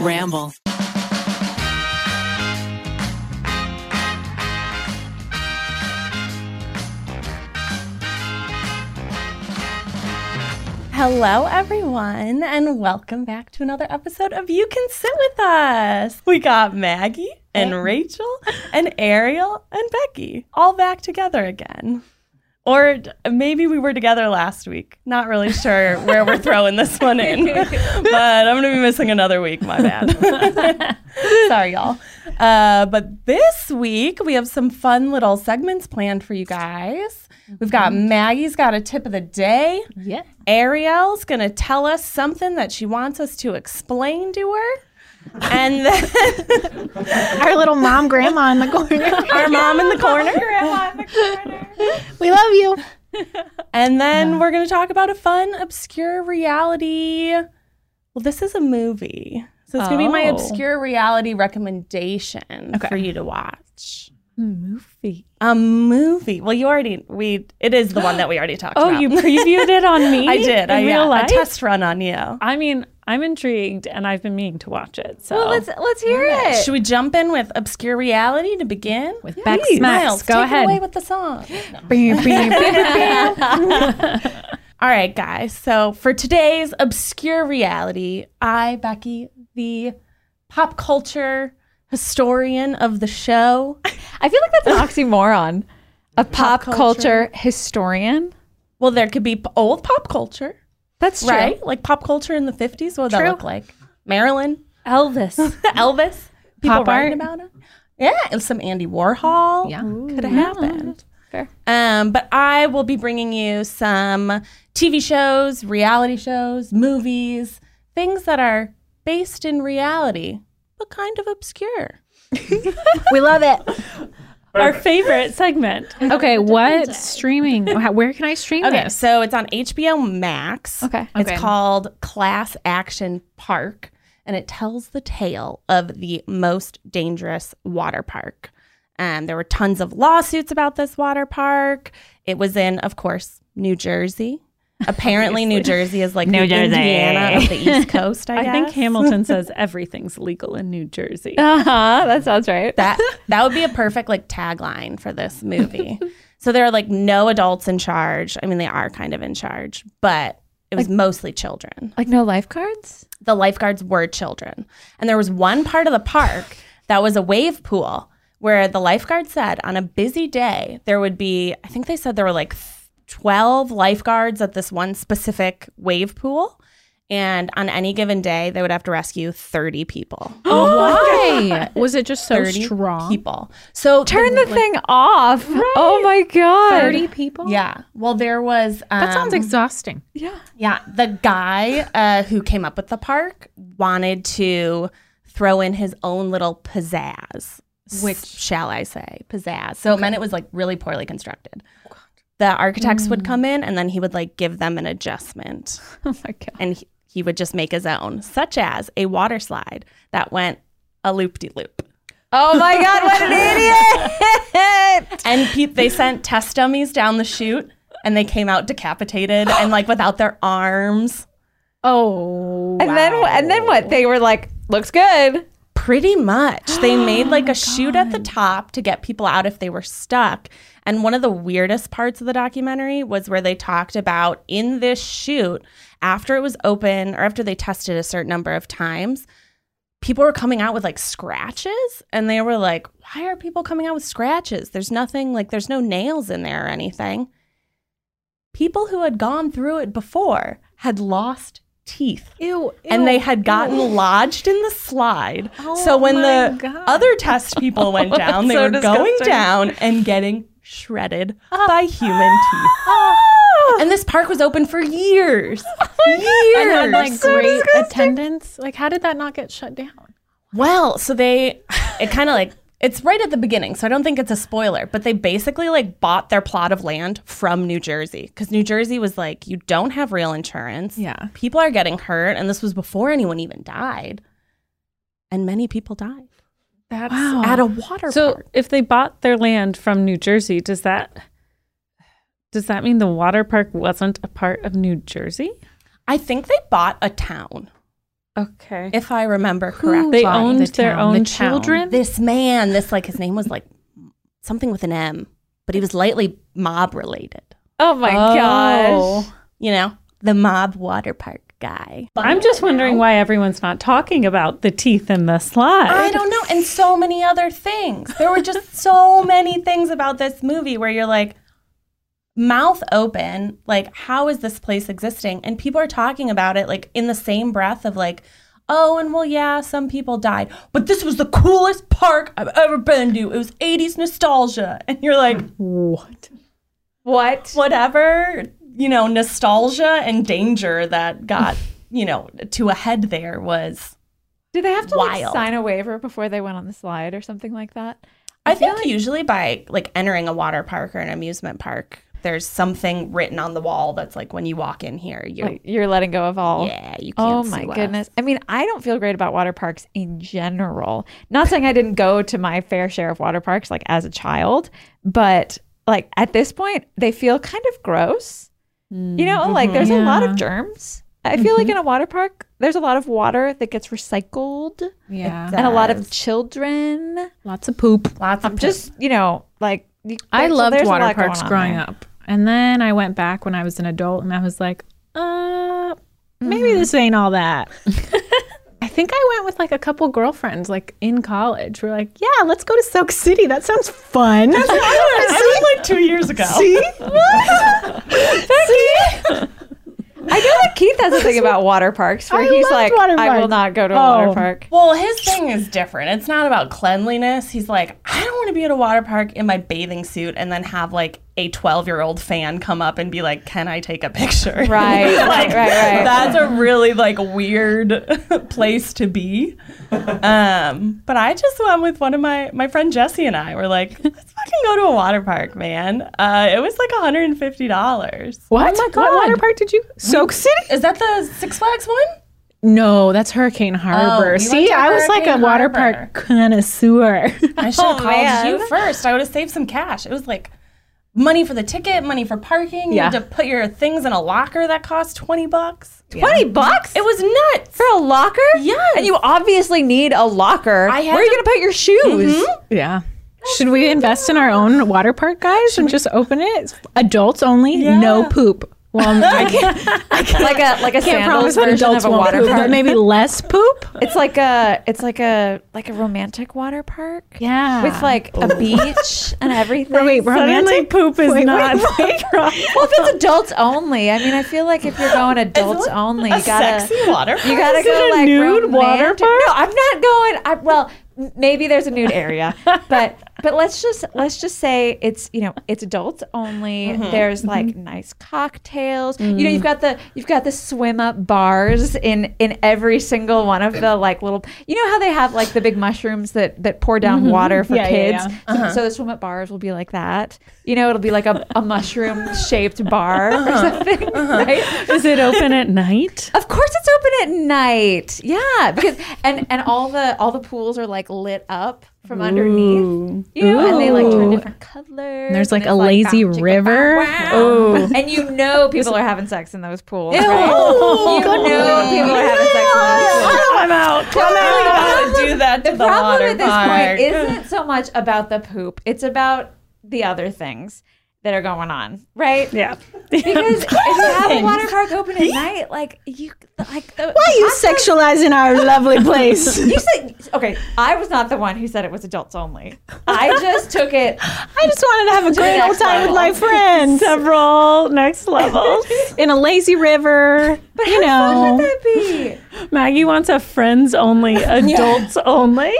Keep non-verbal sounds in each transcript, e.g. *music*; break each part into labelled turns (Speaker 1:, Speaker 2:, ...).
Speaker 1: Ramble.
Speaker 2: Hello, everyone, and welcome back to another episode of You Can Sit With Us. We got Maggie and Rachel and Ariel and Becky all back together again. Or d- maybe we were together last week. Not really sure where we're throwing this one in, but I'm going to be missing another week. My bad. *laughs* Sorry, y'all. Uh, but this week, we have some fun little segments planned for you guys. We've got Maggie's got a tip of the day.
Speaker 3: Yeah.
Speaker 2: Ariel's going to tell us something that she wants us to explain to her. And then
Speaker 3: Our little mom grandma in the corner.
Speaker 2: our mom *laughs* in the corner.
Speaker 3: we love you.
Speaker 2: And then we're going to talk about a fun, obscure reality. Well, this is a movie. So it's going to be my
Speaker 3: Oh.
Speaker 2: obscure reality recommendation for you to watch.
Speaker 3: Movie.
Speaker 2: A movie. Well, you already, we, it is the one that we already talked
Speaker 4: Oh,
Speaker 2: about.
Speaker 4: you previewed it on
Speaker 3: *laughs*
Speaker 4: me?
Speaker 2: *laughs* I did.
Speaker 4: In
Speaker 2: I
Speaker 4: real
Speaker 2: yeah,
Speaker 4: life?
Speaker 2: A test run on you.
Speaker 4: I mean, I'm intrigued and I've been meaning to watch it. So
Speaker 3: let's hear it.
Speaker 2: Should we jump in with obscure reality to begin?
Speaker 3: With Beck
Speaker 2: Please,
Speaker 3: Smacks.
Speaker 2: Miles,
Speaker 4: Go
Speaker 2: take
Speaker 4: ahead.
Speaker 2: It away with the song.
Speaker 4: *laughs*
Speaker 3: Bam, bam, bam.
Speaker 2: All right, guys. So for today's obscure reality, I, Becky, the pop culture historian of the
Speaker 3: *laughs*
Speaker 2: show,
Speaker 3: I feel like that's an oxymoron. A pop,
Speaker 2: culture.
Speaker 3: culture. historian.
Speaker 2: well, there could be p- old pop culture,
Speaker 3: That's true.
Speaker 2: right? Like pop culture in the fifties. What would that
Speaker 3: True.
Speaker 2: look like? Marilyn,
Speaker 3: *laughs*
Speaker 4: Elvis.
Speaker 2: *laughs* Elvis, people
Speaker 3: Pop
Speaker 2: writing
Speaker 3: art.
Speaker 2: about it. Yeah, and some Andy Warhol.
Speaker 3: Yeah.
Speaker 2: could have happened.
Speaker 3: fair.
Speaker 2: Um, but I will be bringing you some TV shows, reality shows, movies, things that are based in reality, but kind of obscure.
Speaker 3: We love it.
Speaker 4: Our favorite segment.
Speaker 3: Okay, what streaming? how- Where can I stream
Speaker 2: Okay,
Speaker 3: this?
Speaker 2: so it's on HBO Max.
Speaker 3: Okay.
Speaker 2: It's
Speaker 3: Okay.
Speaker 2: called Class Action Park, and it tells the tale of the most dangerous water park. Um, there were tons of lawsuits about this water park. It was in, of course, New
Speaker 3: *laughs*
Speaker 2: Jersey. Apparently, New Jersey is like
Speaker 3: New
Speaker 2: the
Speaker 3: Jersey.
Speaker 2: Indiana of the East
Speaker 3: *laughs*
Speaker 2: Coast. I,
Speaker 4: I
Speaker 2: guess.
Speaker 4: think Hamilton says everything's legal in New Jersey.
Speaker 3: Uh huh. That sounds right.
Speaker 2: that that would be a perfect like tagline for this movie.
Speaker 3: *laughs*
Speaker 2: so there are like no adults in charge. I mean, they are kind of in charge, but it was mostly children.
Speaker 3: like
Speaker 4: *gasps*
Speaker 3: no lifeguards?
Speaker 2: the lifeguards were children. And there was one part of the park that was a wave pool where the lifeguard said on a busy day there would be, I think they said there were like 12 lifeguards at this one specific wave pool. And on any given day, they would have to rescue 30 people. *gasps*
Speaker 3: Why? Was it just so
Speaker 2: 30
Speaker 3: strong?
Speaker 2: people. So
Speaker 3: Turn the thing off. Oh my god.
Speaker 2: 30
Speaker 3: people?
Speaker 2: Yeah. Well, there was. Um,
Speaker 3: That sounds exhausting. Yeah.
Speaker 2: Yeah, the guy uh, who came up with the park wanted to throw in his own little pizzazz, which shall I say, pizzazz. So it meant it was like really poorly constructed.
Speaker 3: Oh,
Speaker 2: The architects would come in and then he would like give them an adjustment
Speaker 3: Mm. *laughs* Oh my god.
Speaker 2: and he, he would just make his own, such as a water slide that went a loop de loop.
Speaker 3: Oh my god,
Speaker 2: *laughs*
Speaker 3: what an idiot!
Speaker 2: And pe- they sent test dummies down the chute and they came out decapitated and like without their arms.
Speaker 3: oh. And then and then what? They were like, looks good.
Speaker 2: Pretty much. They made like a chute at the top to get people out if they were stuck. And one of the weirdest parts of the documentary was where they talked about in this chute, after it was open or after they tested a certain number of times, people were coming out with like scratches. And they were like, why are people coming out with scratches? There's nothing like, there's no nails in there or anything. People who had gone through it before had lost teeth
Speaker 3: Ew. Oh
Speaker 2: and
Speaker 3: *gasps*
Speaker 2: they had gotten lodged in the slide. so when
Speaker 3: my
Speaker 2: the
Speaker 3: God.
Speaker 2: other test people
Speaker 3: *laughs*
Speaker 2: went down, they
Speaker 3: so
Speaker 2: were going
Speaker 3: disgusting. Oh.
Speaker 2: down and getting shredded by human
Speaker 3: *laughs*
Speaker 2: teeth. And this park was open for years. years.
Speaker 3: And had like great attendance. Like, how did that not get shut down?
Speaker 2: Well, so they, it kind of like, it's right at the beginning, so I don't think it's a spoiler, but they basically like bought their plot of land from New Jersey because New Jersey was like, you don't have real insurance.
Speaker 3: Yeah.
Speaker 2: People are getting hurt. And this was before anyone even died. And many people died
Speaker 3: That's
Speaker 2: at a water
Speaker 4: So
Speaker 2: park.
Speaker 4: if they bought their land from New Jersey, does that does that mean the water park wasn't a part of New Jersey?
Speaker 2: I think they bought a town.
Speaker 4: Okay.
Speaker 2: if I remember correctly.
Speaker 4: they
Speaker 1: bought
Speaker 4: owned
Speaker 1: the
Speaker 4: their
Speaker 1: town?
Speaker 4: own
Speaker 1: The town.
Speaker 4: children.
Speaker 2: This man, this like his name was like something with an M, but he was lightly mob related.
Speaker 3: Oh my
Speaker 4: Oh.
Speaker 3: gosh.
Speaker 2: You know, the mob water park guy.
Speaker 4: I'm just wondering why everyone's not talking about the teeth in the slide.
Speaker 2: I don't know, and so many other things. There were just so many things about this movie where you're like, mouth open, like, how is this place existing? And people are talking about it, like, in the same breath of, like, oh, and well, yeah, some people died, but this was the coolest park I've ever been to. It was 80s nostalgia. *laughs* And you're like,
Speaker 4: What?
Speaker 3: What?
Speaker 2: whatever, you know, nostalgia and danger that got, you know, to a head there was.
Speaker 3: Do they have to like,
Speaker 2: Wild.
Speaker 3: sign a waiver before they went on the slide or something like that?
Speaker 2: I think usually by like entering a water park or an amusement park, there's something written on the wall that's like when you walk in here, you're
Speaker 3: Like you're letting go of all.
Speaker 2: yeah, you can't.
Speaker 3: Oh my
Speaker 2: see left.
Speaker 3: goodness. I mean, I don't feel great about water parks in general. Not saying I didn't go to my fair share of water parks like as a child, but like at this point, they feel kind of gross. You know,
Speaker 1: Mm-hmm.
Speaker 3: like there's a lot of germs. I feel like in a water park, there's a lot of water that gets recycled
Speaker 1: Yeah.
Speaker 3: and a lot of children.
Speaker 1: Lots of poop.
Speaker 2: Lots of just
Speaker 3: Just, you know, like you-
Speaker 1: I
Speaker 3: there's-
Speaker 1: loved
Speaker 3: there's a
Speaker 1: water
Speaker 3: lot going
Speaker 1: parks
Speaker 3: on
Speaker 1: growing
Speaker 3: there.
Speaker 1: up. And then I went back when I was an adult and I was like, uh, maybe this ain't all that. I think I went with like a couple girlfriends like in college. We're like, yeah, let's go to Soak City. That sounds fun. *laughs*
Speaker 2: like two years ago.
Speaker 1: See?
Speaker 3: I know that Keith has a
Speaker 1: *laughs*
Speaker 3: thing about water parks where
Speaker 1: I
Speaker 3: he's
Speaker 1: loved
Speaker 3: like,
Speaker 1: water
Speaker 3: I will
Speaker 1: parks.
Speaker 3: not go to a
Speaker 1: Oh.
Speaker 3: water park.
Speaker 2: Well, his thing is different. It's not about cleanliness. He's like, I don't want to be at a water park in my bathing suit and then have like a 12 year old fan come up and be like, Can I take a picture? *laughs*
Speaker 3: Right,
Speaker 2: like,
Speaker 3: right, right.
Speaker 2: That's a really like weird *laughs* place to be. Um, but I just went with one of my my friend Jesse and I were like, let's fucking go to a water park, man. Uh, it was like $150.
Speaker 1: What?
Speaker 3: my
Speaker 1: What water
Speaker 3: God.
Speaker 1: park did you? Soak City?
Speaker 2: Is that the Six Flags one?
Speaker 1: No, that's Hurricane Harbor.
Speaker 2: we Oh, went
Speaker 1: See,
Speaker 2: to
Speaker 1: I was like a
Speaker 2: Hurricane
Speaker 1: water
Speaker 2: Harbor.
Speaker 1: park connoisseur.
Speaker 2: I should have called
Speaker 3: Oh, man.
Speaker 2: you first. I would have saved some cash. It was like money for the ticket, money for parking. You had to put your things in a locker that cost 20 bucks.
Speaker 3: 20 bucks?
Speaker 2: It was nuts.
Speaker 3: For a locker?
Speaker 2: Yes.
Speaker 3: And you obviously need a locker.
Speaker 2: I had
Speaker 3: Where are you
Speaker 2: to-
Speaker 3: going to put your shoes?
Speaker 1: Yeah. Should we invest in our own water park, guys, and just open it? Adults only, no poop. Well, *laughs* I can't,
Speaker 3: *laughs* Like a like a
Speaker 1: can't
Speaker 3: sandals
Speaker 1: promise that
Speaker 3: version
Speaker 1: adults
Speaker 3: of a
Speaker 1: won't
Speaker 3: water
Speaker 1: poop, but *laughs*
Speaker 3: park.
Speaker 1: maybe less poop.
Speaker 3: It's like a it's like a like a romantic water park.
Speaker 1: Yeah.
Speaker 3: With like a beach and everything.
Speaker 1: *laughs* Wait, romantic poop is not.
Speaker 2: *laughs*
Speaker 3: well, if it's adults only, I mean, I feel like if you're going adults only, you
Speaker 2: a
Speaker 3: gotta
Speaker 2: sexy water park.
Speaker 3: you gotta
Speaker 1: Is
Speaker 3: go
Speaker 1: it a
Speaker 3: like
Speaker 1: nude
Speaker 3: romantic-
Speaker 1: water park?
Speaker 3: No, I'm not going. I, well, m- maybe there's a nude area, but but let's just let's just say it's you know it's adults only.
Speaker 1: Mm-hmm.
Speaker 3: There's like nice cocktails. You
Speaker 1: Mm.
Speaker 3: know, you've got the you've got the swim up bars in in every single one of the like little. You know how they have like the big mushrooms that that pour down water for
Speaker 1: Mm-hmm. Yeah, yeah,
Speaker 3: kids.
Speaker 1: yeah. Uh-huh.
Speaker 3: So- So the swim up bars will be like that. You know, it'll be like a, a mushroom shaped bar or
Speaker 1: Uh-huh.
Speaker 3: something, right?
Speaker 4: Is it open at night?
Speaker 3: Of course, it's open at night. Yeah, because and and all the all the pools are like lit up from underneath. You know, and they like turn
Speaker 1: Ooh.
Speaker 3: different colors.
Speaker 1: There's
Speaker 3: and
Speaker 1: like a
Speaker 3: it's
Speaker 1: lazy
Speaker 3: bow, chicka, bow,
Speaker 1: river.
Speaker 3: wow.
Speaker 1: Ooh.
Speaker 3: and you know people are having sex in those pools.
Speaker 2: Ew.
Speaker 3: right? You know people are having sex in those pools.
Speaker 4: I'm out.
Speaker 1: *laughs*
Speaker 3: Come
Speaker 2: I don't wanna do that to the,
Speaker 3: the problem
Speaker 2: water
Speaker 3: at this
Speaker 2: park.
Speaker 3: point isn't so much about the poop; it's about the other things that are going on,
Speaker 2: *laughs*
Speaker 3: right?
Speaker 4: Yeah.
Speaker 3: Because if you have a water park open at night, like you, like the,
Speaker 1: Why are you sexualizing our lovely place?
Speaker 3: you said okay. I was not the one who said it was adults only. I just took it.
Speaker 1: I just wanted to have a great old
Speaker 3: next
Speaker 1: time with my
Speaker 3: level.
Speaker 1: friends
Speaker 4: Several next levels.
Speaker 1: in a lazy river. you know,
Speaker 3: Would that be?
Speaker 4: Maggie wants a friends *laughs* only, adults *laughs* only,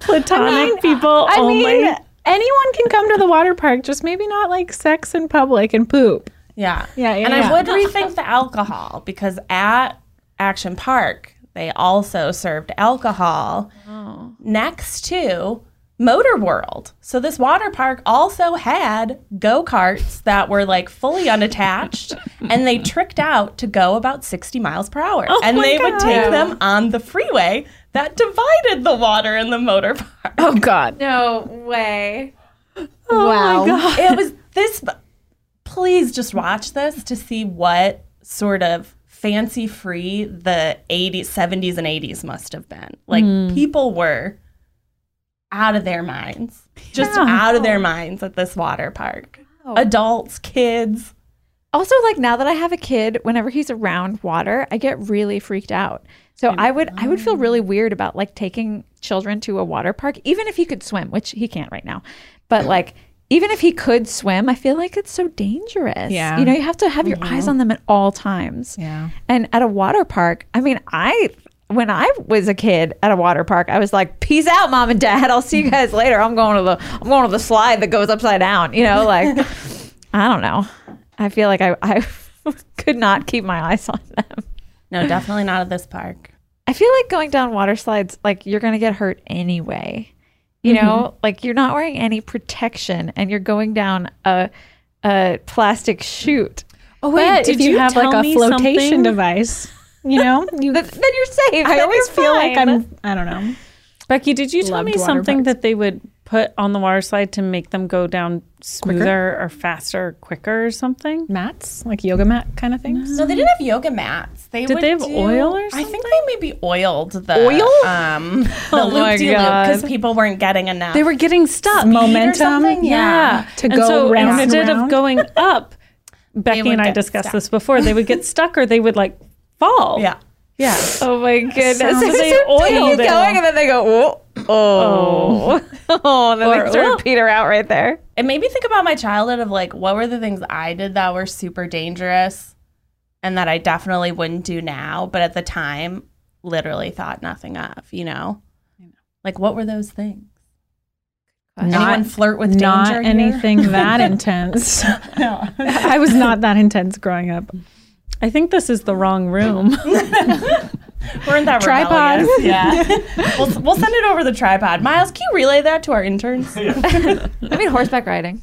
Speaker 4: platonic people
Speaker 1: I
Speaker 4: only.
Speaker 1: mean, anyone can come to the water park, just maybe not like sex in public and poop.
Speaker 2: Yeah.
Speaker 1: Yeah, yeah,
Speaker 2: And
Speaker 1: yeah.
Speaker 2: I would rethink the alcohol because at Action Park, they also served alcohol
Speaker 1: Oh.
Speaker 2: next to Motor World. So this water park also had go karts that were like fully
Speaker 1: *laughs*
Speaker 2: unattached and they tricked out to go about 60 miles per hour.
Speaker 1: Oh
Speaker 2: and they would take them on the freeway that divided the water and the motor *laughs* park.
Speaker 1: Oh God!
Speaker 3: No way.
Speaker 1: wow.
Speaker 2: it was this please just watch this to see what sort of fancy free the 80s, 70s, and 80s must have been. Like
Speaker 4: Hmm.
Speaker 2: people were out of their minds, just out of their minds at this water park. Adults, kids.
Speaker 3: Also, like now that I have a kid, whenever he's around water, I get really freaked out. So I would I would feel really weird about like taking children to a water park, even if he could swim, which he can't right now. But like even if he could swim, I feel like it's so dangerous.
Speaker 1: Yeah. Mm-hmm.
Speaker 3: You know, you have to have your eyes on them at all times.
Speaker 1: Yeah.
Speaker 3: And at a water park, I mean, I when I was a kid at a water park, I was like, "Peace out, mom and dad. I'll see you guys later. I'm going to the I'm going to the slide that goes upside down." You know,
Speaker 1: *laughs*
Speaker 3: like I don't know. I feel like I I *laughs* could not keep my eyes on them.
Speaker 4: *laughs*
Speaker 2: No, definitely not at this park.
Speaker 3: I feel like going down water slides, like you're going to get hurt anyway. You know, like you're not wearing any protection and you're going down a a plastic chute.
Speaker 1: Oh wait,
Speaker 4: But
Speaker 1: did
Speaker 4: if
Speaker 1: you,
Speaker 4: you
Speaker 1: have like
Speaker 4: tell
Speaker 1: a
Speaker 4: me
Speaker 1: flotation
Speaker 4: something-
Speaker 1: device? You know, you,
Speaker 3: But then you're safe.
Speaker 1: I
Speaker 3: Then
Speaker 1: always
Speaker 3: you're
Speaker 1: feel like
Speaker 3: fine.
Speaker 1: I'm. I don't know.
Speaker 4: Becky, did you tell
Speaker 1: Loved
Speaker 4: me
Speaker 1: water
Speaker 4: something
Speaker 1: parks.
Speaker 4: that they would put on the water slide to make them go down smoother or faster or quicker or something?
Speaker 1: Mats, like yoga mat kind of things.
Speaker 2: No, they didn't have yoga mats. They
Speaker 4: Did
Speaker 2: would
Speaker 4: they have
Speaker 2: do-
Speaker 4: oil or
Speaker 2: I think they maybe oiled the oil, um, the loop de loop because people weren't getting enough.
Speaker 4: Oh They were getting stuck.
Speaker 1: Momentum.
Speaker 2: something? Yeah.
Speaker 1: To
Speaker 4: and
Speaker 1: go
Speaker 4: so
Speaker 1: round and
Speaker 4: instead
Speaker 1: round.
Speaker 4: of going up, Becky
Speaker 2: would
Speaker 4: and I
Speaker 2: get
Speaker 4: discussed
Speaker 2: stuck.
Speaker 4: this before. They would *laughs* get stuck or they would like fall.
Speaker 2: yeah.
Speaker 4: Yeah.
Speaker 3: Oh my goodness.
Speaker 4: Sounds
Speaker 3: So
Speaker 4: like
Speaker 3: they oiled
Speaker 4: oiled
Speaker 3: it.
Speaker 4: it.
Speaker 3: going and then they go, oh, oh, oh, *laughs* and then
Speaker 4: Or,
Speaker 3: they sort
Speaker 4: "Oh."
Speaker 3: of peter out right there.
Speaker 2: It made me think about my childhood of like what were the things I did that were super dangerous and that I definitely wouldn't do now, but at the time literally thought nothing of, you know? Like what were those things?
Speaker 1: Not-
Speaker 2: Anyone flirt with
Speaker 1: Not
Speaker 2: danger here?
Speaker 4: *laughs*
Speaker 1: anything that intense. I was not that intense growing up.
Speaker 4: I think this is the wrong room. *laughs*
Speaker 2: We're in that
Speaker 1: Tripod.
Speaker 2: rebellious.
Speaker 1: *laughs*
Speaker 2: Yeah. we'll, we'll send it over the tripod. Miles, can you relay that to our interns?
Speaker 3: I mean, horseback riding.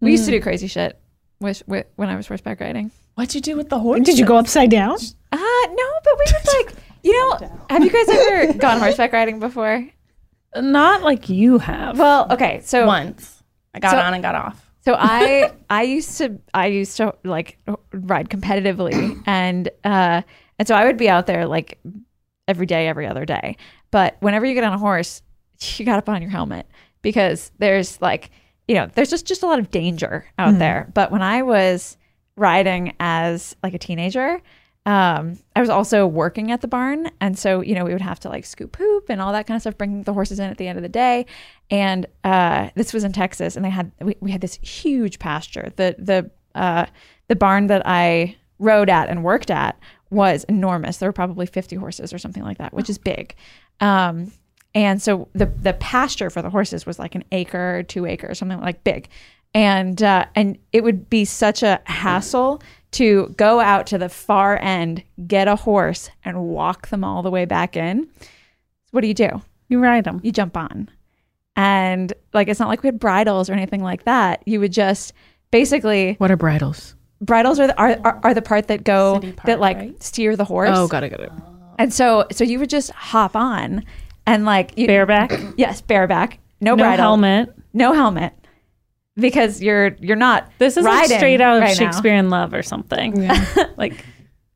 Speaker 3: We used to do crazy shit with, with, when I was horseback riding.
Speaker 2: What'd you do with the horse?
Speaker 1: Did you go upside down?
Speaker 3: Uh, no, but we would like, you know, have you guys ever gone horseback riding before?
Speaker 4: Not like you have.
Speaker 3: Well, okay, so
Speaker 2: once? I got
Speaker 3: So-
Speaker 2: on and got off.
Speaker 3: so I I used to I used to like ride competitively and uh and so I would be out there like every day every other day. But whenever you get on a horse, you got to put on your helmet because there's like, you know, there's just just a lot of danger out there. But when I was riding as like a teenager, um, I was also working at the barn, and so you know we would have to like scoop poop and all that kind of stuff, bring the horses in at the end of the day. And uh, this was in Texas, and they had we, we had this huge pasture. The the uh, the barn that I rode at and worked at was enormous. There were probably fifty horses or something like that, which is big. Um, and so the the pasture for the horses was like an acre, two acre, something like big and uh, and it would be such a hassle to go out to the far end, get a horse, and walk them all the way back in. What do you do?
Speaker 4: you ride them.
Speaker 3: You jump on, and like it's not like we had bridles or anything like that. You would just basically
Speaker 1: What are bridles?
Speaker 3: bridles are the, are, are are the part that go
Speaker 2: City part,
Speaker 3: that like
Speaker 2: right?
Speaker 3: steer the horse.
Speaker 1: Oh, got it, got it.
Speaker 3: And so so you would just hop on, and like you,
Speaker 4: Bareback.
Speaker 3: *clears throat* yes, bareback, no,
Speaker 4: no
Speaker 3: bridle,
Speaker 4: helmet.
Speaker 3: no helmet, because you're you're not
Speaker 4: This is like
Speaker 3: riding
Speaker 4: straight out of
Speaker 3: right now.
Speaker 4: Shakespeare in Love or something. *laughs* like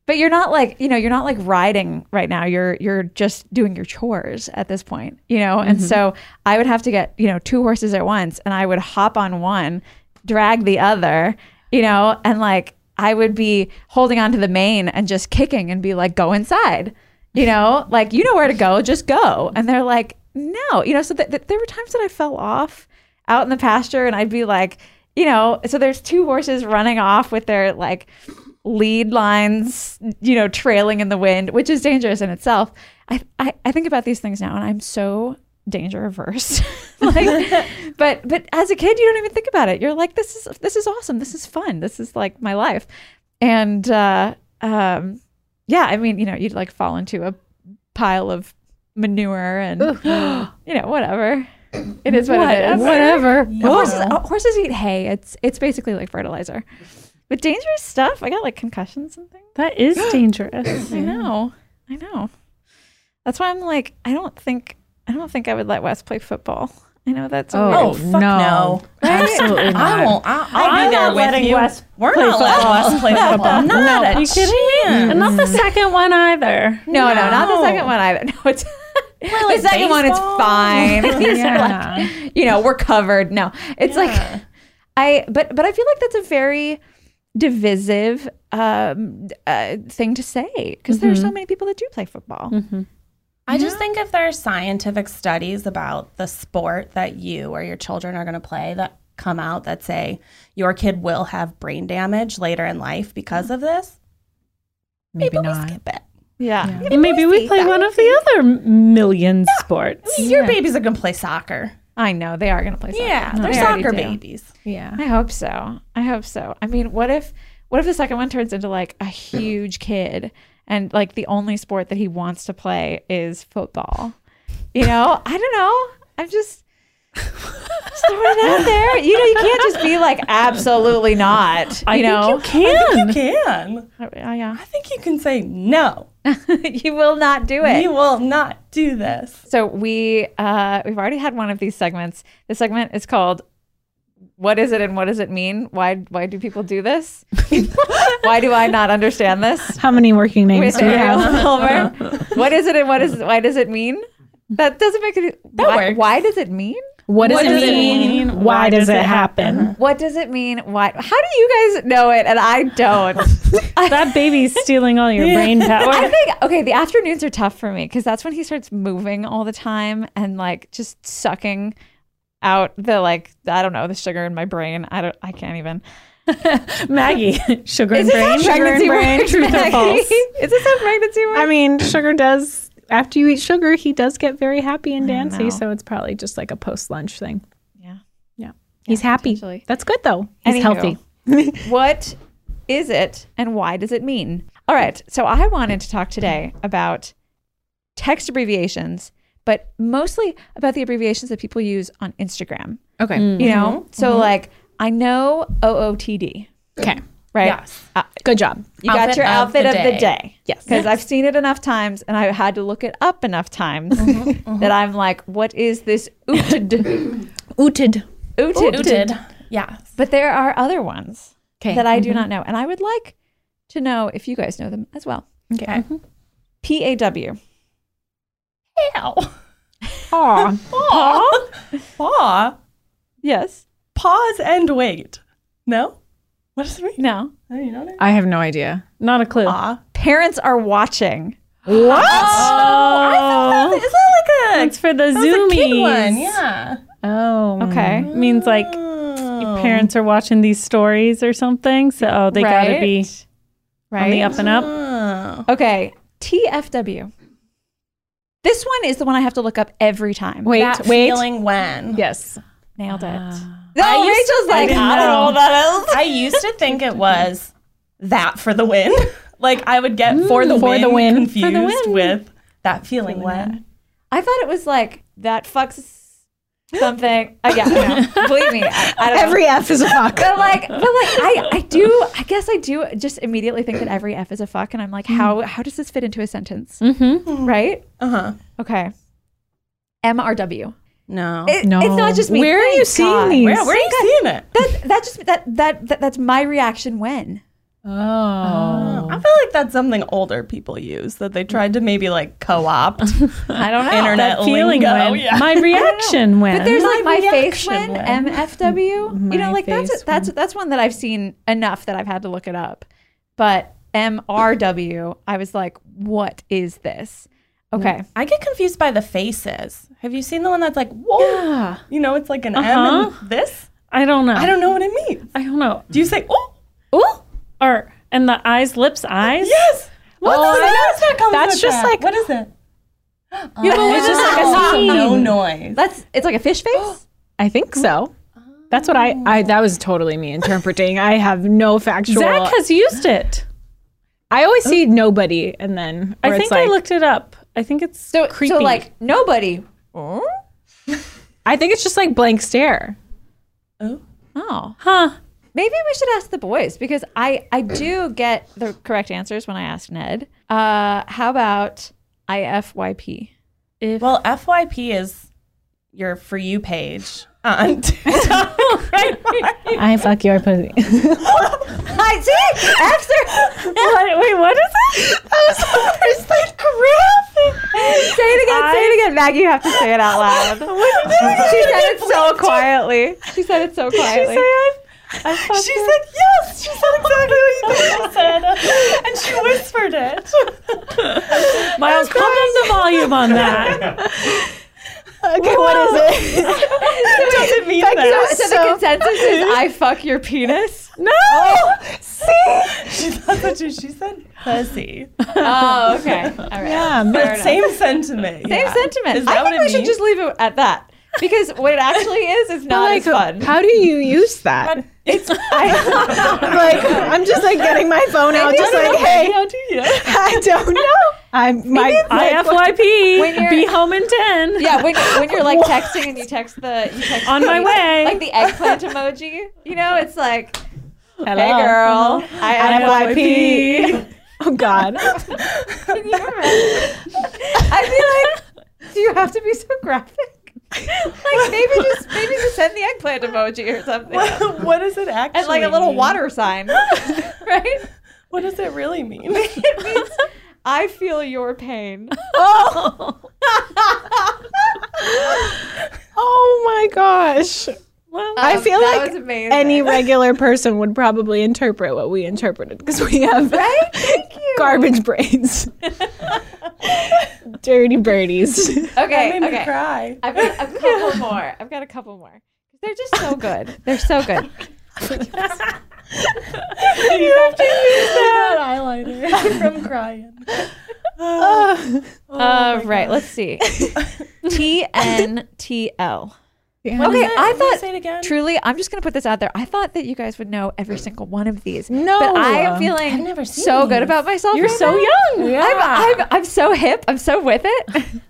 Speaker 3: But you're not like, you know, you're not like riding right now. You're you're just doing your chores at this point, you know? And so I would have to get, you know, two horses at once and I would hop on one, drag the other, you know, and like I would be holding onto the mane and just kicking and be like, go inside. You know, like you know where to go, just go. And they're like, no, you know, so th- th- there were times that I fell off out in the pasture and I'd be like, you know, so there's two horses running off with their like lead lines, you know, trailing in the wind, which is dangerous in itself. I I, I think about these things now and I'm so danger averse. *laughs* like but but as a kid you don't even think about it. You're like, this is this is awesome. This is fun. This is like my life. And uh um yeah, I mean, you know, you'd like fall into a pile of manure and *gasps* you know, whatever. It is what it is.
Speaker 1: Whatever.
Speaker 3: Well, Horses, uh, horses eat hay. It's it's basically like fertilizer. But dangerous stuff. I got like concussions and things.
Speaker 4: that
Speaker 3: *gasps*
Speaker 4: is dangerous.
Speaker 3: I know. I know. That's why I'm like, I don't think I don't think I would let Wes play football. I know that's a
Speaker 2: Oh,
Speaker 3: weird-
Speaker 2: fuck
Speaker 4: *laughs*
Speaker 2: no.
Speaker 1: Absolutely not.
Speaker 2: I won't. I'll, I'll
Speaker 4: I'm
Speaker 2: be there
Speaker 4: not
Speaker 2: with
Speaker 4: letting
Speaker 2: you.
Speaker 4: Wes
Speaker 2: We're
Speaker 4: play
Speaker 2: not letting
Speaker 4: football.
Speaker 2: Wes play football. Not
Speaker 4: Are
Speaker 2: a
Speaker 4: you kidding me?
Speaker 2: man.
Speaker 4: And not the second one either.
Speaker 3: No, no, not the second
Speaker 2: No.
Speaker 3: one either. *laughs* No, it's
Speaker 2: like
Speaker 3: the second one. It's
Speaker 2: baseball.
Speaker 3: fine. *laughs* These are
Speaker 1: Yeah.
Speaker 3: like, you know, we're covered. No, it's
Speaker 2: Yeah.
Speaker 3: like I. But but I feel like that's a very divisive um, uh, thing to say because there are
Speaker 4: Mm-hmm.
Speaker 3: so many people that do play football.
Speaker 2: I just think if there are scientific studies about the sport that you or your children are going to play that come out that say your kid will have brain damage later in life because of this,
Speaker 1: Maybe
Speaker 2: people
Speaker 1: not.
Speaker 2: skip it.
Speaker 3: Yeah.
Speaker 4: Maybe we play one of the other million
Speaker 2: *laughs*
Speaker 4: sports.
Speaker 2: Your babies are going to play soccer.
Speaker 3: I know they are going to play. Soccer.
Speaker 2: Yeah, they're
Speaker 3: They already
Speaker 2: soccer
Speaker 3: do.
Speaker 2: babies.
Speaker 1: Yeah.
Speaker 3: I hope so. I hope so. I mean, what if what if the second one turns into like a huge kid and like the only sport that he wants to play is football? You know, I don't know. I'm just just throwing it out there. You know, you can't just be like absolutely not. You
Speaker 4: I
Speaker 3: know,
Speaker 4: think you can.
Speaker 2: You can.
Speaker 3: Oh, yeah, *laughs*
Speaker 2: I think you can say no.
Speaker 3: you will not do it.
Speaker 2: You will not do this.
Speaker 3: So we uh, we've already had one of these segments. This segment is called "What is it and what does it mean? Why why do people do this? why do I not understand this?"
Speaker 1: How many working names
Speaker 3: With
Speaker 1: do we
Speaker 3: *laughs* Ariel
Speaker 1: have?
Speaker 3: Wilmer. what is it and what is why does it mean? That doesn't make any. why,
Speaker 2: works.
Speaker 3: why does it mean?
Speaker 1: What does,
Speaker 2: What
Speaker 1: it,
Speaker 2: does it
Speaker 1: mean?
Speaker 2: mean?
Speaker 1: Why, does, it happen?
Speaker 3: What does it mean? Why? How do you guys know it and I don't? I,
Speaker 4: That baby's stealing all your brain *laughs*
Speaker 3: I
Speaker 4: power.
Speaker 3: think okay. The afternoons are tough for me because that's when he starts moving all the time and like just sucking out the like I don't know the sugar in my brain. I don't. I can't even.
Speaker 4: Maggie, sugar and
Speaker 3: Is this
Speaker 4: brain.
Speaker 3: how
Speaker 4: Sugar
Speaker 3: pregnancy
Speaker 4: and brain,
Speaker 3: works?
Speaker 4: truth or
Speaker 3: *laughs* Maggie?
Speaker 4: false.
Speaker 3: Is this how pregnancy works?
Speaker 1: I mean, sugar does. After you eat sugar, he does get very happy and
Speaker 3: don't
Speaker 1: dancy.
Speaker 3: know.
Speaker 1: So it's probably just like a post lunch thing.
Speaker 3: Yeah.
Speaker 1: Yeah. He's happy.
Speaker 3: potentially.
Speaker 1: That's good though. He's
Speaker 3: Anywho.
Speaker 1: healthy.
Speaker 4: *laughs*
Speaker 3: what is it and why does it mean? All right. So I wanted to talk today about text abbreviations, but mostly about the abbreviations that people use on Instagram.
Speaker 1: Okay.
Speaker 3: You
Speaker 4: Mm-hmm.
Speaker 3: know? So like I know OOTD,
Speaker 1: Okay.
Speaker 3: right?
Speaker 2: Yes.
Speaker 3: Uh,
Speaker 1: Good job.
Speaker 3: you got
Speaker 2: Outfit
Speaker 3: your
Speaker 2: of
Speaker 3: outfit
Speaker 2: the
Speaker 3: of the
Speaker 2: day.
Speaker 3: day.
Speaker 1: Yes.
Speaker 3: Because I've seen it enough times and I had to look it up enough times
Speaker 2: Mm-hmm,
Speaker 3: *laughs* that I'm like, what is this
Speaker 2: *coughs*
Speaker 3: ooted?
Speaker 1: Ooted.
Speaker 3: ooted.
Speaker 2: Ooted. Yes.
Speaker 3: But there are other ones
Speaker 1: Okay.
Speaker 3: that I
Speaker 2: mm-hmm.
Speaker 3: do not know. And I would like to know if you guys know them as well.
Speaker 2: Okay.
Speaker 3: PAW.
Speaker 2: Ow.
Speaker 1: Aw.
Speaker 2: Paw. Paw.
Speaker 3: Yes.
Speaker 2: Pause and wait. No? What does it mean?
Speaker 3: No.
Speaker 2: Oh, you know what I mean?
Speaker 1: I have no idea.
Speaker 4: Not a clue.
Speaker 2: Paw.
Speaker 3: Parents are watching.
Speaker 1: What?
Speaker 2: Oh, is that like a
Speaker 4: It's for the
Speaker 2: That was a kid
Speaker 4: zoomies.
Speaker 2: one, yeah. Oh.
Speaker 1: Oh.
Speaker 2: Mm-hmm.
Speaker 3: Okay.
Speaker 4: Means like parents are watching these stories or something, so oh, they gotta be
Speaker 3: right.
Speaker 4: on the up and up.
Speaker 2: Oh.
Speaker 3: Okay. TFW. This one is the one I have to look up every time.
Speaker 1: Wait.
Speaker 2: That
Speaker 1: wait.
Speaker 2: feeling when.
Speaker 1: Yes.
Speaker 3: Nailed it.
Speaker 2: Ah. I
Speaker 3: No,
Speaker 2: used to-
Speaker 3: Rachel's
Speaker 2: I
Speaker 3: like,
Speaker 2: didn't
Speaker 3: I don't know
Speaker 2: know.
Speaker 3: what that
Speaker 2: *laughs*
Speaker 3: is.
Speaker 2: I used to think it was that for the win. *laughs* Like I would get for the
Speaker 1: for
Speaker 2: win,
Speaker 1: the win.
Speaker 2: confused
Speaker 1: For the
Speaker 2: with that feeling when.
Speaker 3: I thought it was like, that fucks something. Uh, yeah, *laughs* no. Believe me. I, I don't know.
Speaker 1: Every F is a fuck. *laughs*
Speaker 3: but *laughs* like but like I, I do I guess I do just immediately think that every F is a fuck and I'm like how how does this fit into a sentence? Mm. Mm-hmm. Right?
Speaker 2: Uh huh.
Speaker 3: Okay. MRW.
Speaker 2: No.
Speaker 3: It,
Speaker 1: No.
Speaker 3: It's not just me.
Speaker 1: Where are
Speaker 3: Thank
Speaker 1: you seeing
Speaker 3: God.
Speaker 1: these?
Speaker 2: where where are you seeing it?
Speaker 3: That that just that, that that that's my reaction when.
Speaker 1: Oh.
Speaker 2: I feel like that's something older people use that they tried to maybe like co-opt
Speaker 3: I don't know.
Speaker 2: internet
Speaker 4: That feeling
Speaker 2: lingo.
Speaker 1: Oh,
Speaker 4: when
Speaker 2: Yeah.
Speaker 4: my reaction when
Speaker 3: But there's
Speaker 2: My
Speaker 3: like my face
Speaker 2: reaction
Speaker 3: when,
Speaker 2: when.
Speaker 3: MFW. you know,
Speaker 1: My
Speaker 3: like that's
Speaker 1: face
Speaker 3: that's that's one that I've seen enough that I've had to look it up. But MRW, I was like, what is this? Okay.
Speaker 2: I get confused by the faces. Have you seen the one that's like whoa? You know, it's like an M
Speaker 4: Uh-huh.
Speaker 2: and this.
Speaker 4: I don't know.
Speaker 2: I don't know what it means.
Speaker 4: I don't know.
Speaker 2: Do you say oh? Oh.
Speaker 4: Or and the eyes, lips, eyes.
Speaker 2: Yes. What's
Speaker 1: Oh,
Speaker 2: that?
Speaker 1: that's-
Speaker 2: That's not coming
Speaker 1: that's
Speaker 2: with
Speaker 1: just
Speaker 2: that.
Speaker 1: like-
Speaker 2: what is it?
Speaker 3: You know,
Speaker 4: It's just like a scene.
Speaker 2: no noise.
Speaker 3: That's it's like a fish face.
Speaker 1: I think so. That's what I, I that was totally me interpreting. I have no factual.
Speaker 4: Zach has used it.
Speaker 1: I always see nobody and then
Speaker 4: I
Speaker 1: where
Speaker 4: think
Speaker 1: it's like,
Speaker 4: I looked it up. I think it's
Speaker 3: so
Speaker 4: creepy.
Speaker 3: so like nobody.
Speaker 1: I think it's just like blank stare.
Speaker 2: Oh.
Speaker 3: Oh,
Speaker 4: huh?
Speaker 3: maybe we should ask the boys because I I do get the correct answers when I ask Ned. Uh, how about IFYP?
Speaker 4: If
Speaker 2: Well, FYP is your for you *laughs* page on TikTok, right?
Speaker 1: I fuck your pussy.
Speaker 3: I might see *laughs* after.
Speaker 4: What, wait, what is it?
Speaker 3: That was the first thing graphic. Say it again. Say it again, Maggie. You have to say it out loud. she said it so quietly. She said it so quietly.
Speaker 4: I fucking-
Speaker 2: She said yes. She said exactly what you think I said, and she whispered it.
Speaker 4: Miles, pump up the volume on that.
Speaker 1: Okay, what is it?
Speaker 2: it doesn't mean
Speaker 3: so,
Speaker 2: that.
Speaker 3: so the consensus is I fuck your penis.
Speaker 1: No.
Speaker 2: She, that's what she, she said. Pussy.
Speaker 3: Oh, okay. All right.
Speaker 1: Yeah,
Speaker 2: But same sentiment.
Speaker 3: Same
Speaker 2: yeah.
Speaker 3: sentiment.
Speaker 2: Is that
Speaker 3: I
Speaker 2: what
Speaker 3: think
Speaker 2: it
Speaker 3: we should
Speaker 2: means?
Speaker 3: just leave it at that because what it actually is is not
Speaker 1: like,
Speaker 3: as fun.
Speaker 1: how do you use that?
Speaker 3: it's I,
Speaker 1: like, I'm just like getting my phone out, just like, hey,
Speaker 2: How do you?
Speaker 1: I don't know. I'm my, my
Speaker 3: When
Speaker 4: IFYP,
Speaker 3: you're-
Speaker 4: be home in 10.
Speaker 3: yeah, when, when you're like texting and you text the you text
Speaker 4: On
Speaker 3: the-
Speaker 4: my
Speaker 3: you-
Speaker 4: way.
Speaker 3: like the eggplant emoji. You know, it's like,
Speaker 1: hello.
Speaker 3: hey girl, I
Speaker 1: IFYP. Oh God.
Speaker 2: *laughs*
Speaker 3: Can you remember? I feel like, *laughs* do you have to be so graphic? like maybe just maybe just send the eggplant emoji or something,
Speaker 2: What, *laughs* what does it actually?
Speaker 3: and like a little
Speaker 2: mean?
Speaker 3: water *laughs* sign, right?
Speaker 2: *laughs* What does it really
Speaker 3: *laughs*
Speaker 2: mean?
Speaker 3: it means I feel your pain.
Speaker 1: Oh. oh my gosh.
Speaker 4: Well,
Speaker 1: I feel
Speaker 3: that
Speaker 1: like
Speaker 3: was amazing.
Speaker 1: any regular person would probably interpret what we interpreted because we have
Speaker 3: right?
Speaker 1: *laughs*
Speaker 3: Thank you.
Speaker 1: garbage
Speaker 3: *laughs*
Speaker 1: brains, dirty birdies.
Speaker 2: That
Speaker 3: Okay,
Speaker 2: made me
Speaker 3: okay. Uh,
Speaker 2: cry.
Speaker 3: I've got a *laughs* couple more. I've got a couple more. They're just so good. They're so good. *laughs*
Speaker 2: you have to use that
Speaker 3: *laughs*
Speaker 2: eyeliner from crying.
Speaker 1: Ugh.
Speaker 2: Oh
Speaker 3: All
Speaker 2: my
Speaker 3: Uh, right,
Speaker 2: God.
Speaker 3: let's see. *laughs* T N T L.
Speaker 1: Yeah.
Speaker 3: Okay,
Speaker 2: Can
Speaker 3: I
Speaker 2: can you
Speaker 3: thought-
Speaker 2: Say it again.
Speaker 3: Truly, I'm just gonna put this out there. I thought that you guys would know every single one of these.
Speaker 1: No.
Speaker 3: but I
Speaker 1: Oh,
Speaker 3: am
Speaker 2: I've
Speaker 3: feeling
Speaker 2: never seen
Speaker 3: so good
Speaker 2: these.
Speaker 3: about myself.
Speaker 4: you're
Speaker 3: right
Speaker 4: so
Speaker 3: now.
Speaker 4: young.
Speaker 3: I'm, I'm, I'm so hip. I'm so with it.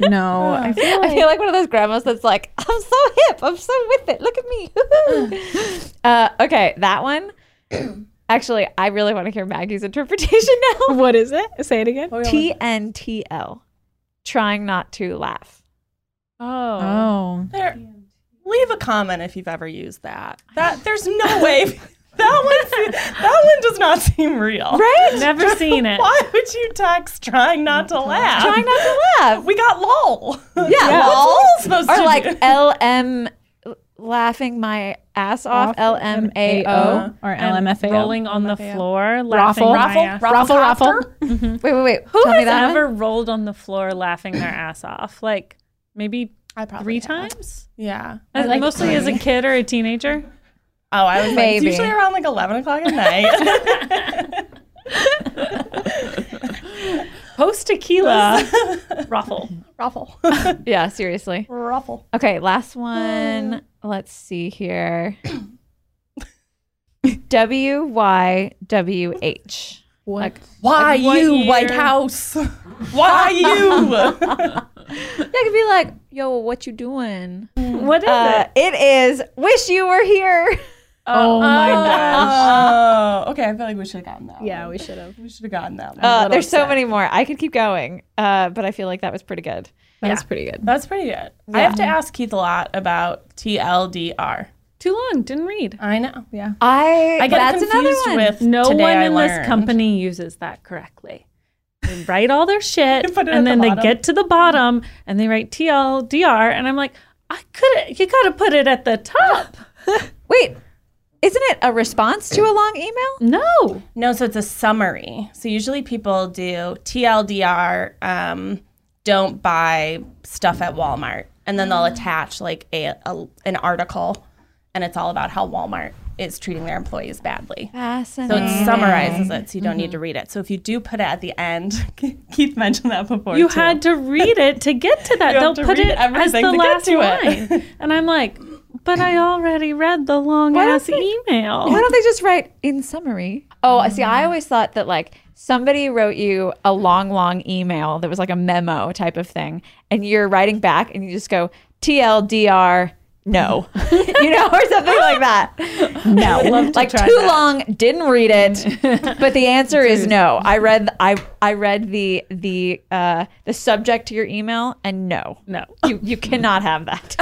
Speaker 1: no. I feel
Speaker 3: *laughs* I feel like one of those grandmas that's like, I'm so hip. I'm so with it. Look at me. *laughs* uh, okay, that one. *clears throat* Actually, I really want to hear Maggie's interpretation *laughs* now.
Speaker 1: what is it? Say it again.
Speaker 2: Oh, yeah,
Speaker 3: TNTL, trying not to laugh.
Speaker 4: Oh.
Speaker 1: Oh.
Speaker 2: There, leave a comment if you've ever used that. That there's no
Speaker 3: *laughs*
Speaker 2: way that one that one does not seem real. *laughs*
Speaker 3: Right?
Speaker 4: Never seen it.
Speaker 2: Why would you text trying not, to laugh?
Speaker 3: Trying not to
Speaker 2: *laughs*
Speaker 3: laugh.
Speaker 2: We got lol. Yeah,
Speaker 3: lol.
Speaker 2: supposed to
Speaker 3: Or like *laughs*
Speaker 2: do?
Speaker 3: LM, laughing my ass off. LMAO.
Speaker 1: Oh. Or
Speaker 4: And
Speaker 1: LMFAO.
Speaker 4: Rolling on the floor, laughing.
Speaker 1: Raffle.
Speaker 4: my
Speaker 1: Raffle.
Speaker 4: ass-
Speaker 1: Raffle. Raffle.
Speaker 3: Wait, wait, wait. Who
Speaker 4: Who
Speaker 3: Tell me
Speaker 4: has
Speaker 3: that one.
Speaker 4: ever rolled on the floor laughing their ass off? Like maybe
Speaker 2: I probably
Speaker 4: three
Speaker 2: have.
Speaker 4: times?
Speaker 2: Yeah.
Speaker 4: As- mostly as a kid or a teenager.
Speaker 2: Oh, I was like, it's
Speaker 3: Maybe.
Speaker 2: usually around like eleven o'clock at
Speaker 3: *laughs*
Speaker 2: night.
Speaker 4: Post tequila ruffle.
Speaker 2: Ruffle.
Speaker 3: Yeah, seriously.
Speaker 2: Ruffle.
Speaker 3: Okay, last one. Let's see here. *coughs* W Y W H. Like,
Speaker 2: Why
Speaker 4: what
Speaker 2: you,
Speaker 4: year?
Speaker 2: White House? *laughs* Why you?
Speaker 3: that could be like, yo, what you doing?
Speaker 4: What is
Speaker 3: Uh,
Speaker 4: it?
Speaker 3: it is wish you were here.
Speaker 1: Oh my gosh.
Speaker 2: oh, okay. I feel like we should have gotten that.
Speaker 1: Yeah,
Speaker 2: one.
Speaker 1: we should have.
Speaker 2: we should have gotten that. One.
Speaker 3: Uh, there's so
Speaker 1: upset.
Speaker 3: many more. I could keep going, uh, but I feel like that was pretty good.
Speaker 1: That's pretty good.
Speaker 2: That's pretty good. I have to ask Keith a lot about TLDR.
Speaker 4: Too long. Didn't read.
Speaker 2: I know.
Speaker 1: Yeah.
Speaker 3: I,
Speaker 2: I get
Speaker 3: that's
Speaker 2: it
Speaker 3: another
Speaker 2: confused
Speaker 3: one.
Speaker 2: with
Speaker 4: No
Speaker 2: today
Speaker 4: one
Speaker 2: I
Speaker 4: in this
Speaker 2: learned.
Speaker 4: company uses that correctly. They write all
Speaker 2: *laughs*
Speaker 4: their shit
Speaker 2: Put it at
Speaker 4: and then
Speaker 2: the
Speaker 4: they
Speaker 2: bottom.
Speaker 4: get to the bottom and they write TLDR and I'm like, I could you gotta put it at the top.
Speaker 3: Wait, isn't it a response to a long email?
Speaker 4: No.
Speaker 2: *laughs* No, so it's a summary. So usually people do TLDR. Um, don't buy stuff at Walmart, and then they'll attach like a, a an article, and it's all about how Walmart is treating their employees badly. So
Speaker 3: Fascinating.
Speaker 2: it summarizes it, so you don't
Speaker 4: Mm-hmm.
Speaker 2: need to read it. So if you do put it at the end, *laughs* Keith mentioned that before.
Speaker 4: You
Speaker 2: too.
Speaker 4: had to read it to get to
Speaker 2: *laughs*
Speaker 4: that.
Speaker 2: You
Speaker 4: They'll
Speaker 2: have to
Speaker 4: put
Speaker 2: read
Speaker 4: it as the
Speaker 2: everything to get
Speaker 4: last
Speaker 2: to it. *laughs*
Speaker 4: line. and I'm like, but I already read the long
Speaker 3: don't
Speaker 4: ass email.
Speaker 3: Why don't they just write in summary? Oh, I see, I always thought that like somebody wrote you a long, long email that was like a memo type of thing, and you're writing back and you just go TLDR. *laughs* No, you know, or something like that. No, like too
Speaker 4: try that.
Speaker 3: long. Didn't read
Speaker 4: *laughs*
Speaker 3: it, but the answer is no. I read, I, I read the the uh, the subject to your email, and no,
Speaker 4: No. *laughs*
Speaker 3: you you cannot have that.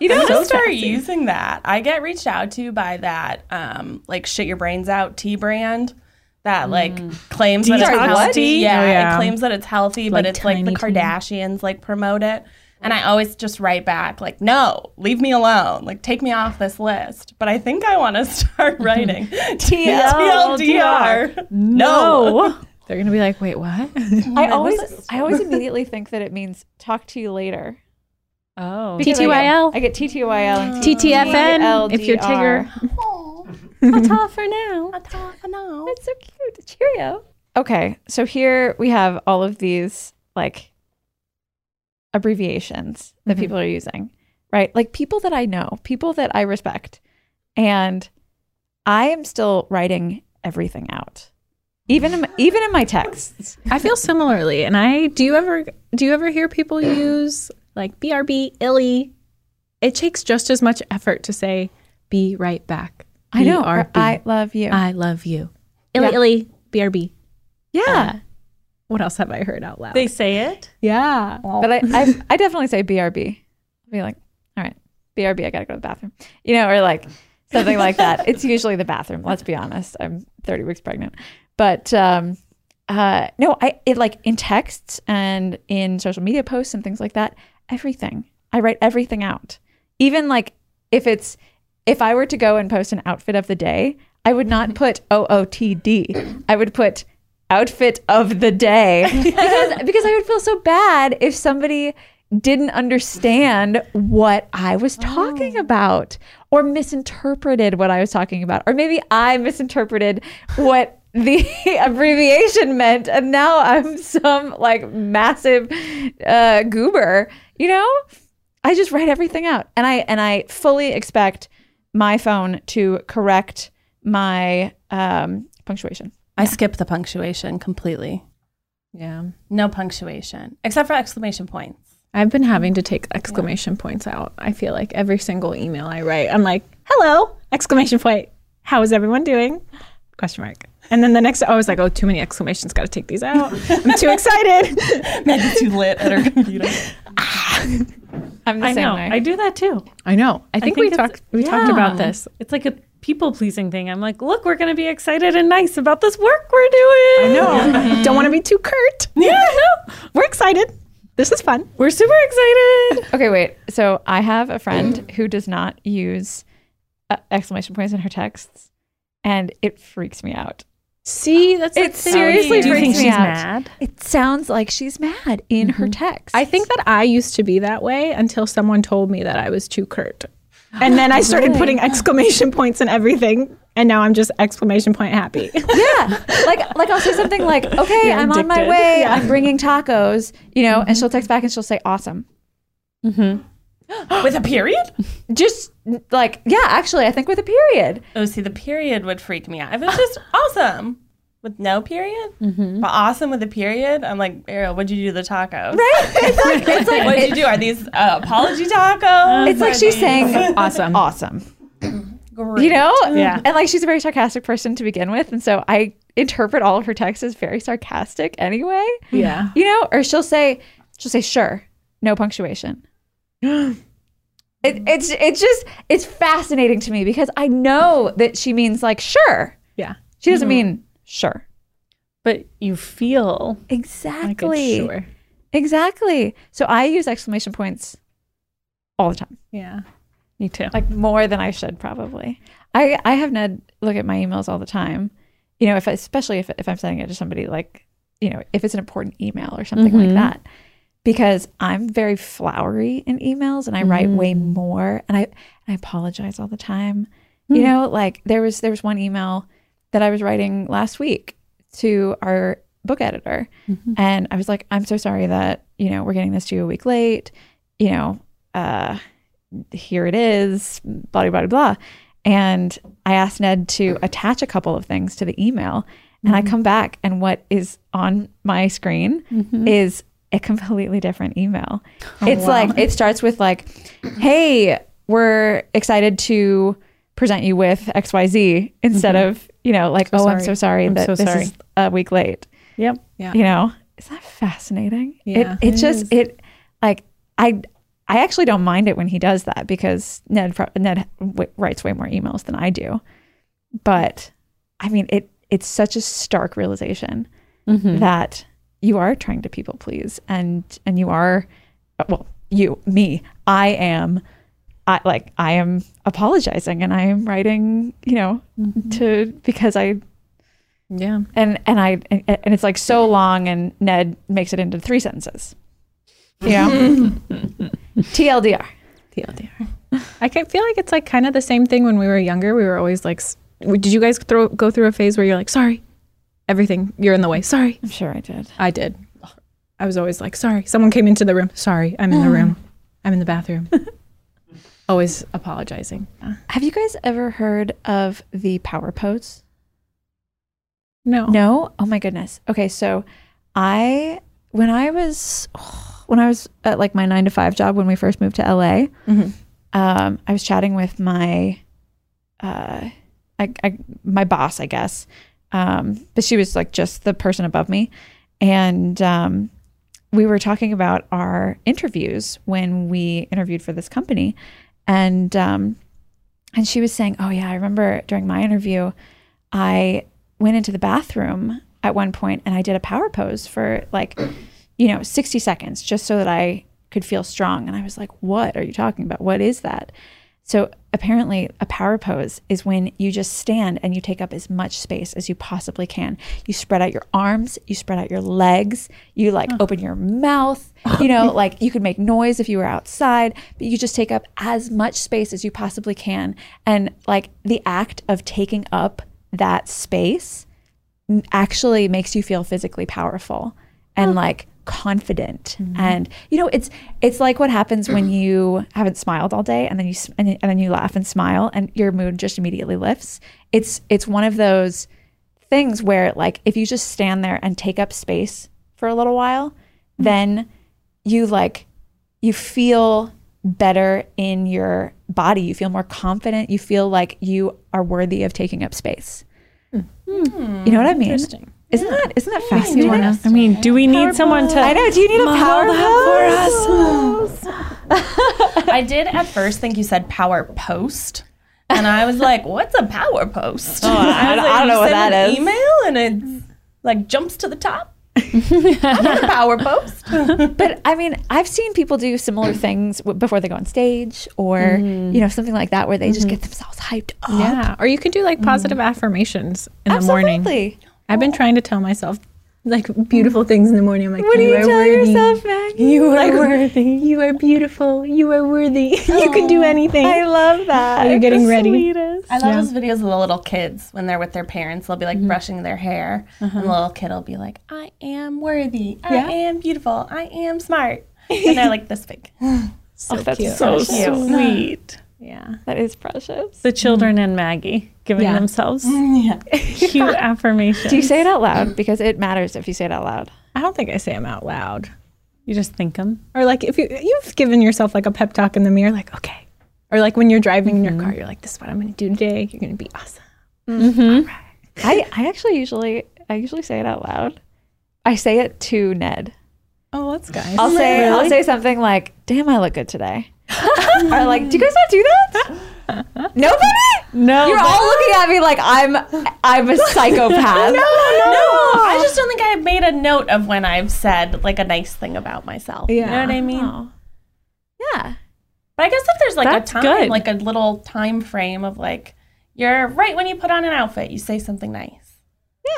Speaker 2: You know, I'm gonna start using that. I get reached out to by that, um, like shit your brains out tea brand that like claims that it's
Speaker 3: Detox
Speaker 2: healthy.
Speaker 1: tea?
Speaker 2: Yeah,
Speaker 1: Oh, yeah.
Speaker 2: it claims that it's healthy, but
Speaker 1: Like
Speaker 2: it's like the
Speaker 1: tiny tea.
Speaker 2: Kardashians like promote it. And I always just write back like, "No, leave me alone. Like, take me off this list." But I think I want to *laughs* start writing TLDR. *laughs*
Speaker 4: No.
Speaker 1: They're gonna be like, wait, what?
Speaker 3: I always,
Speaker 4: *laughs*
Speaker 3: I always immediately think that it means talk to you later.
Speaker 4: Oh.
Speaker 3: Because I get-
Speaker 1: TTYL.
Speaker 3: I get TTYL and E
Speaker 1: TTFN. If you're
Speaker 3: TLDR.
Speaker 1: Tigger,
Speaker 4: *laughs*
Speaker 3: Ta for now. It's so cute. Cheerio. Okay, so here we have all of these like abbreviations that people are using, right? Like people that I know, people that I respect. And I am still writing everything out. Even in my, even in my texts.
Speaker 1: *laughs* I feel similarly. And I do you ever do you ever hear people use like BRB, illy? It takes just as much effort to say be right back.
Speaker 3: I know. or
Speaker 1: BRB.
Speaker 3: I love you.
Speaker 1: I love you. Illy illy BRB.
Speaker 3: yeah.
Speaker 1: What else have I heard out loud?
Speaker 4: They say it.
Speaker 1: yeah.
Speaker 3: but I, I I definitely say BRB. I'll be like, all right, BRB, I gotta go to the bathroom. You know, or like something like that. It's usually the bathroom, let's be honest. I'm 30 weeks pregnant. But um uh no, I it like in texts and in social media posts and things like that, everything. I write everything out. Even like if it's if I were to go and post an outfit of the day, I would *laughs* not put OOTD. I would put outfit of the day *laughs* because, because I would feel so bad if somebody didn't understand what I was talking about or misinterpreted what I was talking about. Or maybe I misinterpreted what the *laughs* abbreviation meant and now I'm some like massive uh, goober, you know? I just write everything out, and I and I fully expect my phone to correct my um, punctuation.
Speaker 2: I skip the punctuation completely.
Speaker 1: Yeah.
Speaker 2: No punctuation except for exclamation points.
Speaker 1: I've been having to take exclamation points out. I feel like every single email I write, I'm like, hello, exclamation point. How is everyone doing? Question mark. And then the next, I was like, oh, too many exclamations. Got to take these out. I'm *laughs* too excited.
Speaker 2: Maggie's too lit at her computer.
Speaker 3: I'm the
Speaker 4: I
Speaker 3: same
Speaker 4: know.
Speaker 3: way.
Speaker 4: I do that too.
Speaker 1: I know. I think,
Speaker 4: think
Speaker 1: we
Speaker 4: it's-
Speaker 1: talked. We talked about
Speaker 4: Yeah.
Speaker 1: this.
Speaker 4: It's like a people pleasing thing. I'm like, look, we're going to be excited and nice about this work we're doing.
Speaker 1: No, *laughs* don't want to be too curt.
Speaker 4: Yeah, no.
Speaker 1: *laughs* We're excited. This is fun.
Speaker 4: We're super excited.
Speaker 3: okay, wait. So I have a friend who does not use uh, exclamation points in her texts, and it freaks me out.
Speaker 1: See, that's
Speaker 3: It seriously
Speaker 4: Do you think
Speaker 3: freaks me
Speaker 4: she's
Speaker 3: out.
Speaker 4: mad?
Speaker 3: It sounds like she's mad in her text.
Speaker 1: I think that I used to be that way until someone told me that I was too curt. And *gasps* then I started putting exclamation points in everything. And now I'm just exclamation point happy. *laughs*
Speaker 3: yeah, *laughs* like like I'll say something *laughs* like, "Okay, I'm Mm-hmm. on my
Speaker 4: addicted.
Speaker 3: way. I'm bringing tacos," you know, and she'll text back and she'll say, "Awesome."
Speaker 2: With a period?
Speaker 3: just like yeah actually i think with a *laughs* period
Speaker 2: Oh, see, the period would freak me out. If it's
Speaker 3: *laughs*
Speaker 2: just awesome with no period,
Speaker 3: Mm-hmm.
Speaker 2: but awesome with a period, I'm like, Ariel, what'd you do to the tacos? Right?
Speaker 3: it's like it's like,
Speaker 2: What'd you do? Are these uh,
Speaker 3: *laughs*
Speaker 2: apology tacos?
Speaker 3: it's like
Speaker 2: Are
Speaker 3: she's
Speaker 2: these
Speaker 3: saying
Speaker 1: Awesome.
Speaker 3: awesome
Speaker 2: great?
Speaker 3: you know
Speaker 1: Yeah.
Speaker 3: and like she's a very sarcastic person to begin with and so i interpret all of her texts as very sarcastic anyway
Speaker 1: Yeah.
Speaker 3: you know or she'll say she'll say sure no
Speaker 1: *gasps*
Speaker 3: punctuation it, it's it's just it's fascinating to me because i know that she means like sure
Speaker 1: Yeah.
Speaker 3: she doesn't
Speaker 1: Mm-hmm.
Speaker 3: mean sure
Speaker 4: But you feel
Speaker 1: Like it's
Speaker 3: exactly
Speaker 1: sure.
Speaker 3: exactly so i use exclamation points all the time
Speaker 1: Yeah.
Speaker 4: me too.
Speaker 3: like more than I should probably. I I have Ned look at my emails all the time. You know, if especially if if I'm sending it to somebody like you know if it's an important email or something like that, because I'm very flowery in emails and I write way more and I I apologize all the time. You know, like there was there was one email that I was writing last week to our book editor and I was like I'm so sorry that, you know, we're getting this to you a week late. You know, uh here it is, blah, blah, blah, blah. And I asked Ned to attach a couple of things to the email. And I come back, and what is on my screen is a completely different email. it's like, it starts with, like, hey, we're excited to present you with XYZ instead of, you know, like, oh, I'm Mm-hmm. so sorry that
Speaker 4: so
Speaker 3: this
Speaker 4: sorry."
Speaker 3: is a week late
Speaker 4: Yep.
Speaker 1: Yeah.
Speaker 3: you know isn't that fascinating
Speaker 1: Yeah.
Speaker 3: it, it, just it like i I actually don't mind it when he does that because Ned pro- Ned w- writes way more emails than I do. But I mean, it it's such a stark realization
Speaker 1: Mm-hmm.
Speaker 3: that you are trying to people please, and and you are, uh, well, you me, I am, I like I am apologizing and I am writing, you know,
Speaker 1: Mm-hmm.
Speaker 3: to because I
Speaker 1: Yeah.
Speaker 3: and and I and, and it's like so long, and Ned makes it into three sentences. You *laughs* know, TLDR.
Speaker 1: TLDR. I can feel like it's like kind of the same thing when we were younger. We were always like, s- did you guys throw, go through a phase where you're like, sorry, everything, you're in the way, sorry.
Speaker 3: I'm sure I did.
Speaker 1: I did. I was always like, sorry, someone came into the room, sorry, I'm in the room, I'm in the *laughs* bathroom. always apologizing.
Speaker 3: Have you guys ever heard of the power pose?
Speaker 1: No.
Speaker 3: No. Oh my goodness. Okay, so I when I was *sighs* when I was at like my nine to five job when we first moved to LA,
Speaker 1: Mhm.
Speaker 3: um, I was chatting with my uh, I, I, my boss, I guess, um, but she was like just the person above me, and um, we were talking about our interviews when we interviewed for this company, and um, and she was saying, "Oh yeah, I remember during my interview, I went into the bathroom at one point and I did a power pose for like, you know, 60 seconds just so that I could feel strong." And I was like, "What are you talking about? What is that?" So apparently, a power pose is when you just stand and you take up as much space as you possibly can. You spread out your arms, you spread out your legs, you like open your mouth. You know, like you could make noise if you were outside, but you just take up as much space as you possibly can. And like the act of taking up that space m- actually makes you feel physically powerful and like confident and you know it's it's like what happens when you haven't smiled all day and then you s- and, and then you laugh and smile and your mood just immediately lifts it's it's one of those things where like if you just stand there and take up space for a little while then you like you feel better in your body you feel more confident you feel like you are worthy of taking up space you know what i mean
Speaker 1: Interesting.
Speaker 3: isn't that isn't that
Speaker 1: Makes me
Speaker 3: fascinating
Speaker 1: wanna-
Speaker 4: I mean, do we need someone to?
Speaker 3: I know. Do you need a power
Speaker 4: that
Speaker 3: pose?
Speaker 2: I did at first think you said power post. And I was like, what's a power post?
Speaker 3: Oh,
Speaker 2: *laughs*
Speaker 3: I-
Speaker 2: was
Speaker 3: I don't
Speaker 2: you
Speaker 3: know what
Speaker 2: send
Speaker 3: that
Speaker 2: an
Speaker 3: is.
Speaker 2: email and it like jumps to the
Speaker 3: *laughs*
Speaker 2: top. I had a power post.
Speaker 3: *laughs* But I mean, I've seen people do
Speaker 1: *clears throat*
Speaker 3: similar things w- before they go on stage, or you know, something like that, where they just get themselves hyped up.
Speaker 1: Mm. Mm-hmm. Yeah. Mm. Or you can do like positive affirmations in
Speaker 3: Absolutely.
Speaker 1: the morning. I've been trying to tell myself like beautiful things in the morning. I'm like,
Speaker 3: What do you
Speaker 1: are
Speaker 3: tell
Speaker 1: worthy.
Speaker 3: yourself, Maggie?
Speaker 1: You are worthy. You are beautiful. You are worthy. *laughs* you can do anything.
Speaker 3: I love
Speaker 1: *laughs*
Speaker 3: that.
Speaker 1: You're getting ready.
Speaker 2: I love those videos of the little kids when they're with their parents. They'll be
Speaker 4: Mm-hmm.
Speaker 2: like brushing their hair, and the
Speaker 4: Uh-huh.
Speaker 2: little kid will be like, "I am worthy. I
Speaker 1: Yeah.
Speaker 2: am beautiful. I am smart." And they're like this big.
Speaker 1: So
Speaker 3: that's
Speaker 1: cute.
Speaker 4: *laughs* So
Speaker 2: Cute.
Speaker 4: sweet.
Speaker 1: yeah.
Speaker 3: That is precious.
Speaker 4: The children and Maggie giving
Speaker 1: Yeah. Mm.
Speaker 4: themselves
Speaker 2: Yeah.
Speaker 4: cute affirmations.
Speaker 3: Do you say it out loud? Because it matters if you say it out loud.
Speaker 1: I don't think I say them out loud.
Speaker 4: You just think them.
Speaker 1: Or like if you you've given yourself like a pep talk in the mirror, like okay. Or like when you're driving in your car, you're like, "This is what I'm going to do today. You're going to be awesome."
Speaker 3: I, I actually usually I usually say it out loud. I say it to Ned.
Speaker 1: Oh, that's guys.
Speaker 3: I'll say I'll say something like, "Damn, I look good today," *laughs* or like, "Do you guys not do
Speaker 4: *laughs*
Speaker 3: that?" Nobody.
Speaker 4: No,
Speaker 3: You're all looking at me like I'm I'm
Speaker 4: *laughs*
Speaker 3: a *laughs* psychopath.
Speaker 2: No, I just don't think I have made a note of when I've said like a nice thing about myself. You know
Speaker 1: Yeah.
Speaker 2: what I mean?
Speaker 3: Yeah.
Speaker 2: But I guess if there's like
Speaker 4: Oh. That's
Speaker 2: a time,
Speaker 4: good.
Speaker 2: like a little time frame of like, you're right when you put on an outfit, you say something nice.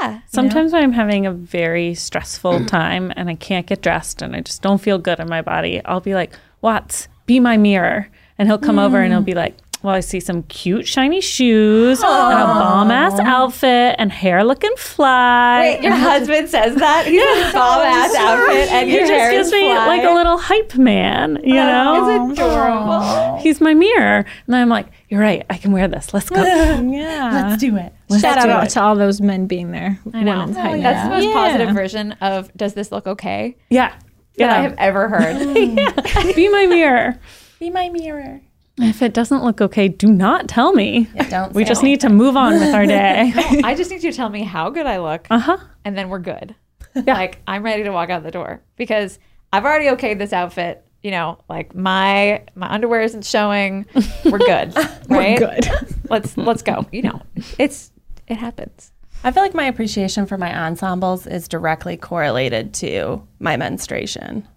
Speaker 3: Yeah.
Speaker 4: Sometimes when I'm having a very
Speaker 3: *clears throat*
Speaker 4: stressful time and I can't get dressed and I just don't feel good in my body, I'll be like, Watts, be my mirror. And he'll come over and he'll be like, Well, I see some cute, shiny shoes and a bomb ass outfit and hair looking fly.
Speaker 3: Wait, your husband says that he's in a bomb ass outfit and
Speaker 4: he
Speaker 3: your
Speaker 4: just
Speaker 3: hair
Speaker 4: gives
Speaker 3: is
Speaker 4: me
Speaker 3: fly.
Speaker 4: like a little hype man, you know? Oh,
Speaker 3: It's adorable.
Speaker 4: He's my mirror. And I'm like, You're right, I can wear this. Let's
Speaker 3: *laughs*
Speaker 4: go.
Speaker 1: yeah.
Speaker 2: Let's do it.
Speaker 1: Shout out to all those men being there. I
Speaker 4: know.
Speaker 1: hype.
Speaker 3: That's the most
Speaker 1: Yeah.
Speaker 3: positive version of "Does this look okay?"
Speaker 4: yeah.
Speaker 3: that I
Speaker 4: Yeah.
Speaker 3: have
Speaker 4: *laughs*
Speaker 3: ever heard.
Speaker 4: be my
Speaker 3: *laughs*
Speaker 4: mirror.
Speaker 2: Be my mirror.
Speaker 4: If it doesn't look okay, do not tell me.
Speaker 2: Yeah, don't.
Speaker 4: We
Speaker 2: say
Speaker 4: just
Speaker 2: it.
Speaker 4: need to move on with our
Speaker 3: *laughs*
Speaker 4: day.
Speaker 3: I just need you to tell me how good I look.
Speaker 4: Uh huh.
Speaker 3: and then we're good. Like I'm ready to walk out the door because I've already okayed this outfit. you know, like my my underwear isn't showing. We're good, right?
Speaker 1: Good.
Speaker 3: Let's let's go. You know, it's it happens.
Speaker 2: I feel like my appreciation for my ensembles is directly correlated to my
Speaker 1: *gasps*
Speaker 2: menstruation.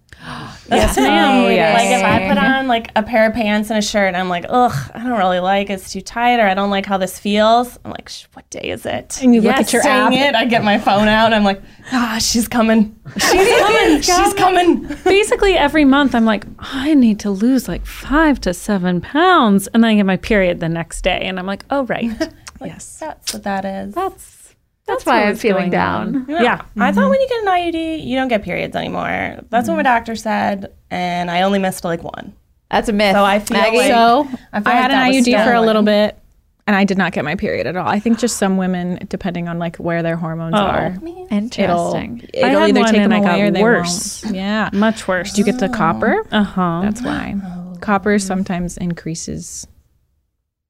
Speaker 2: yes, ma'am.
Speaker 3: Oh, yes.
Speaker 2: Like if I put on like a pair of pants and a shirt, and I'm like, ugh, I don't really like. It's too tight, or I don't like how this feels. I'm like, "Sh- what day is it?
Speaker 1: And you look at your
Speaker 2: Dang
Speaker 1: app.
Speaker 2: it! I get my phone out. I'm like, ah, she's coming.
Speaker 1: *laughs*
Speaker 2: She's coming. She's coming.
Speaker 4: Basically, every month I'm like, I need to lose like five to seven pounds, and then I get my period the next day, and I'm like, oh
Speaker 1: *laughs*
Speaker 4: right,
Speaker 2: Yes, that's what that is.
Speaker 1: Oh,
Speaker 4: that's
Speaker 3: That's, why I'm
Speaker 4: what's
Speaker 3: feeling
Speaker 4: going
Speaker 3: down.
Speaker 4: on. Yeah,
Speaker 2: I
Speaker 1: Mm-hmm.
Speaker 2: thought when you get an IUD, you don't get periods anymore. That's what my doctor said, and I only missed like one.
Speaker 3: That's a myth.
Speaker 2: So I feel
Speaker 3: Maggie,
Speaker 2: like
Speaker 1: So
Speaker 2: I feel
Speaker 1: I
Speaker 2: like
Speaker 1: had an
Speaker 2: that was
Speaker 1: IUD for a
Speaker 2: stolen.
Speaker 1: little bit, and I did not get my period at all. I think just some women, depending on like where their hormones
Speaker 2: Oh,
Speaker 1: are,
Speaker 3: interesting.
Speaker 4: I
Speaker 1: it'll
Speaker 4: had
Speaker 1: either
Speaker 4: one
Speaker 1: take them
Speaker 4: and I
Speaker 1: away
Speaker 4: got
Speaker 1: or they
Speaker 4: worse.
Speaker 1: won't. *laughs* Yeah.
Speaker 4: much worse.
Speaker 1: Do you get the copper?
Speaker 2: Oh.
Speaker 4: Uh huh.
Speaker 1: That's why copper sometimes increases.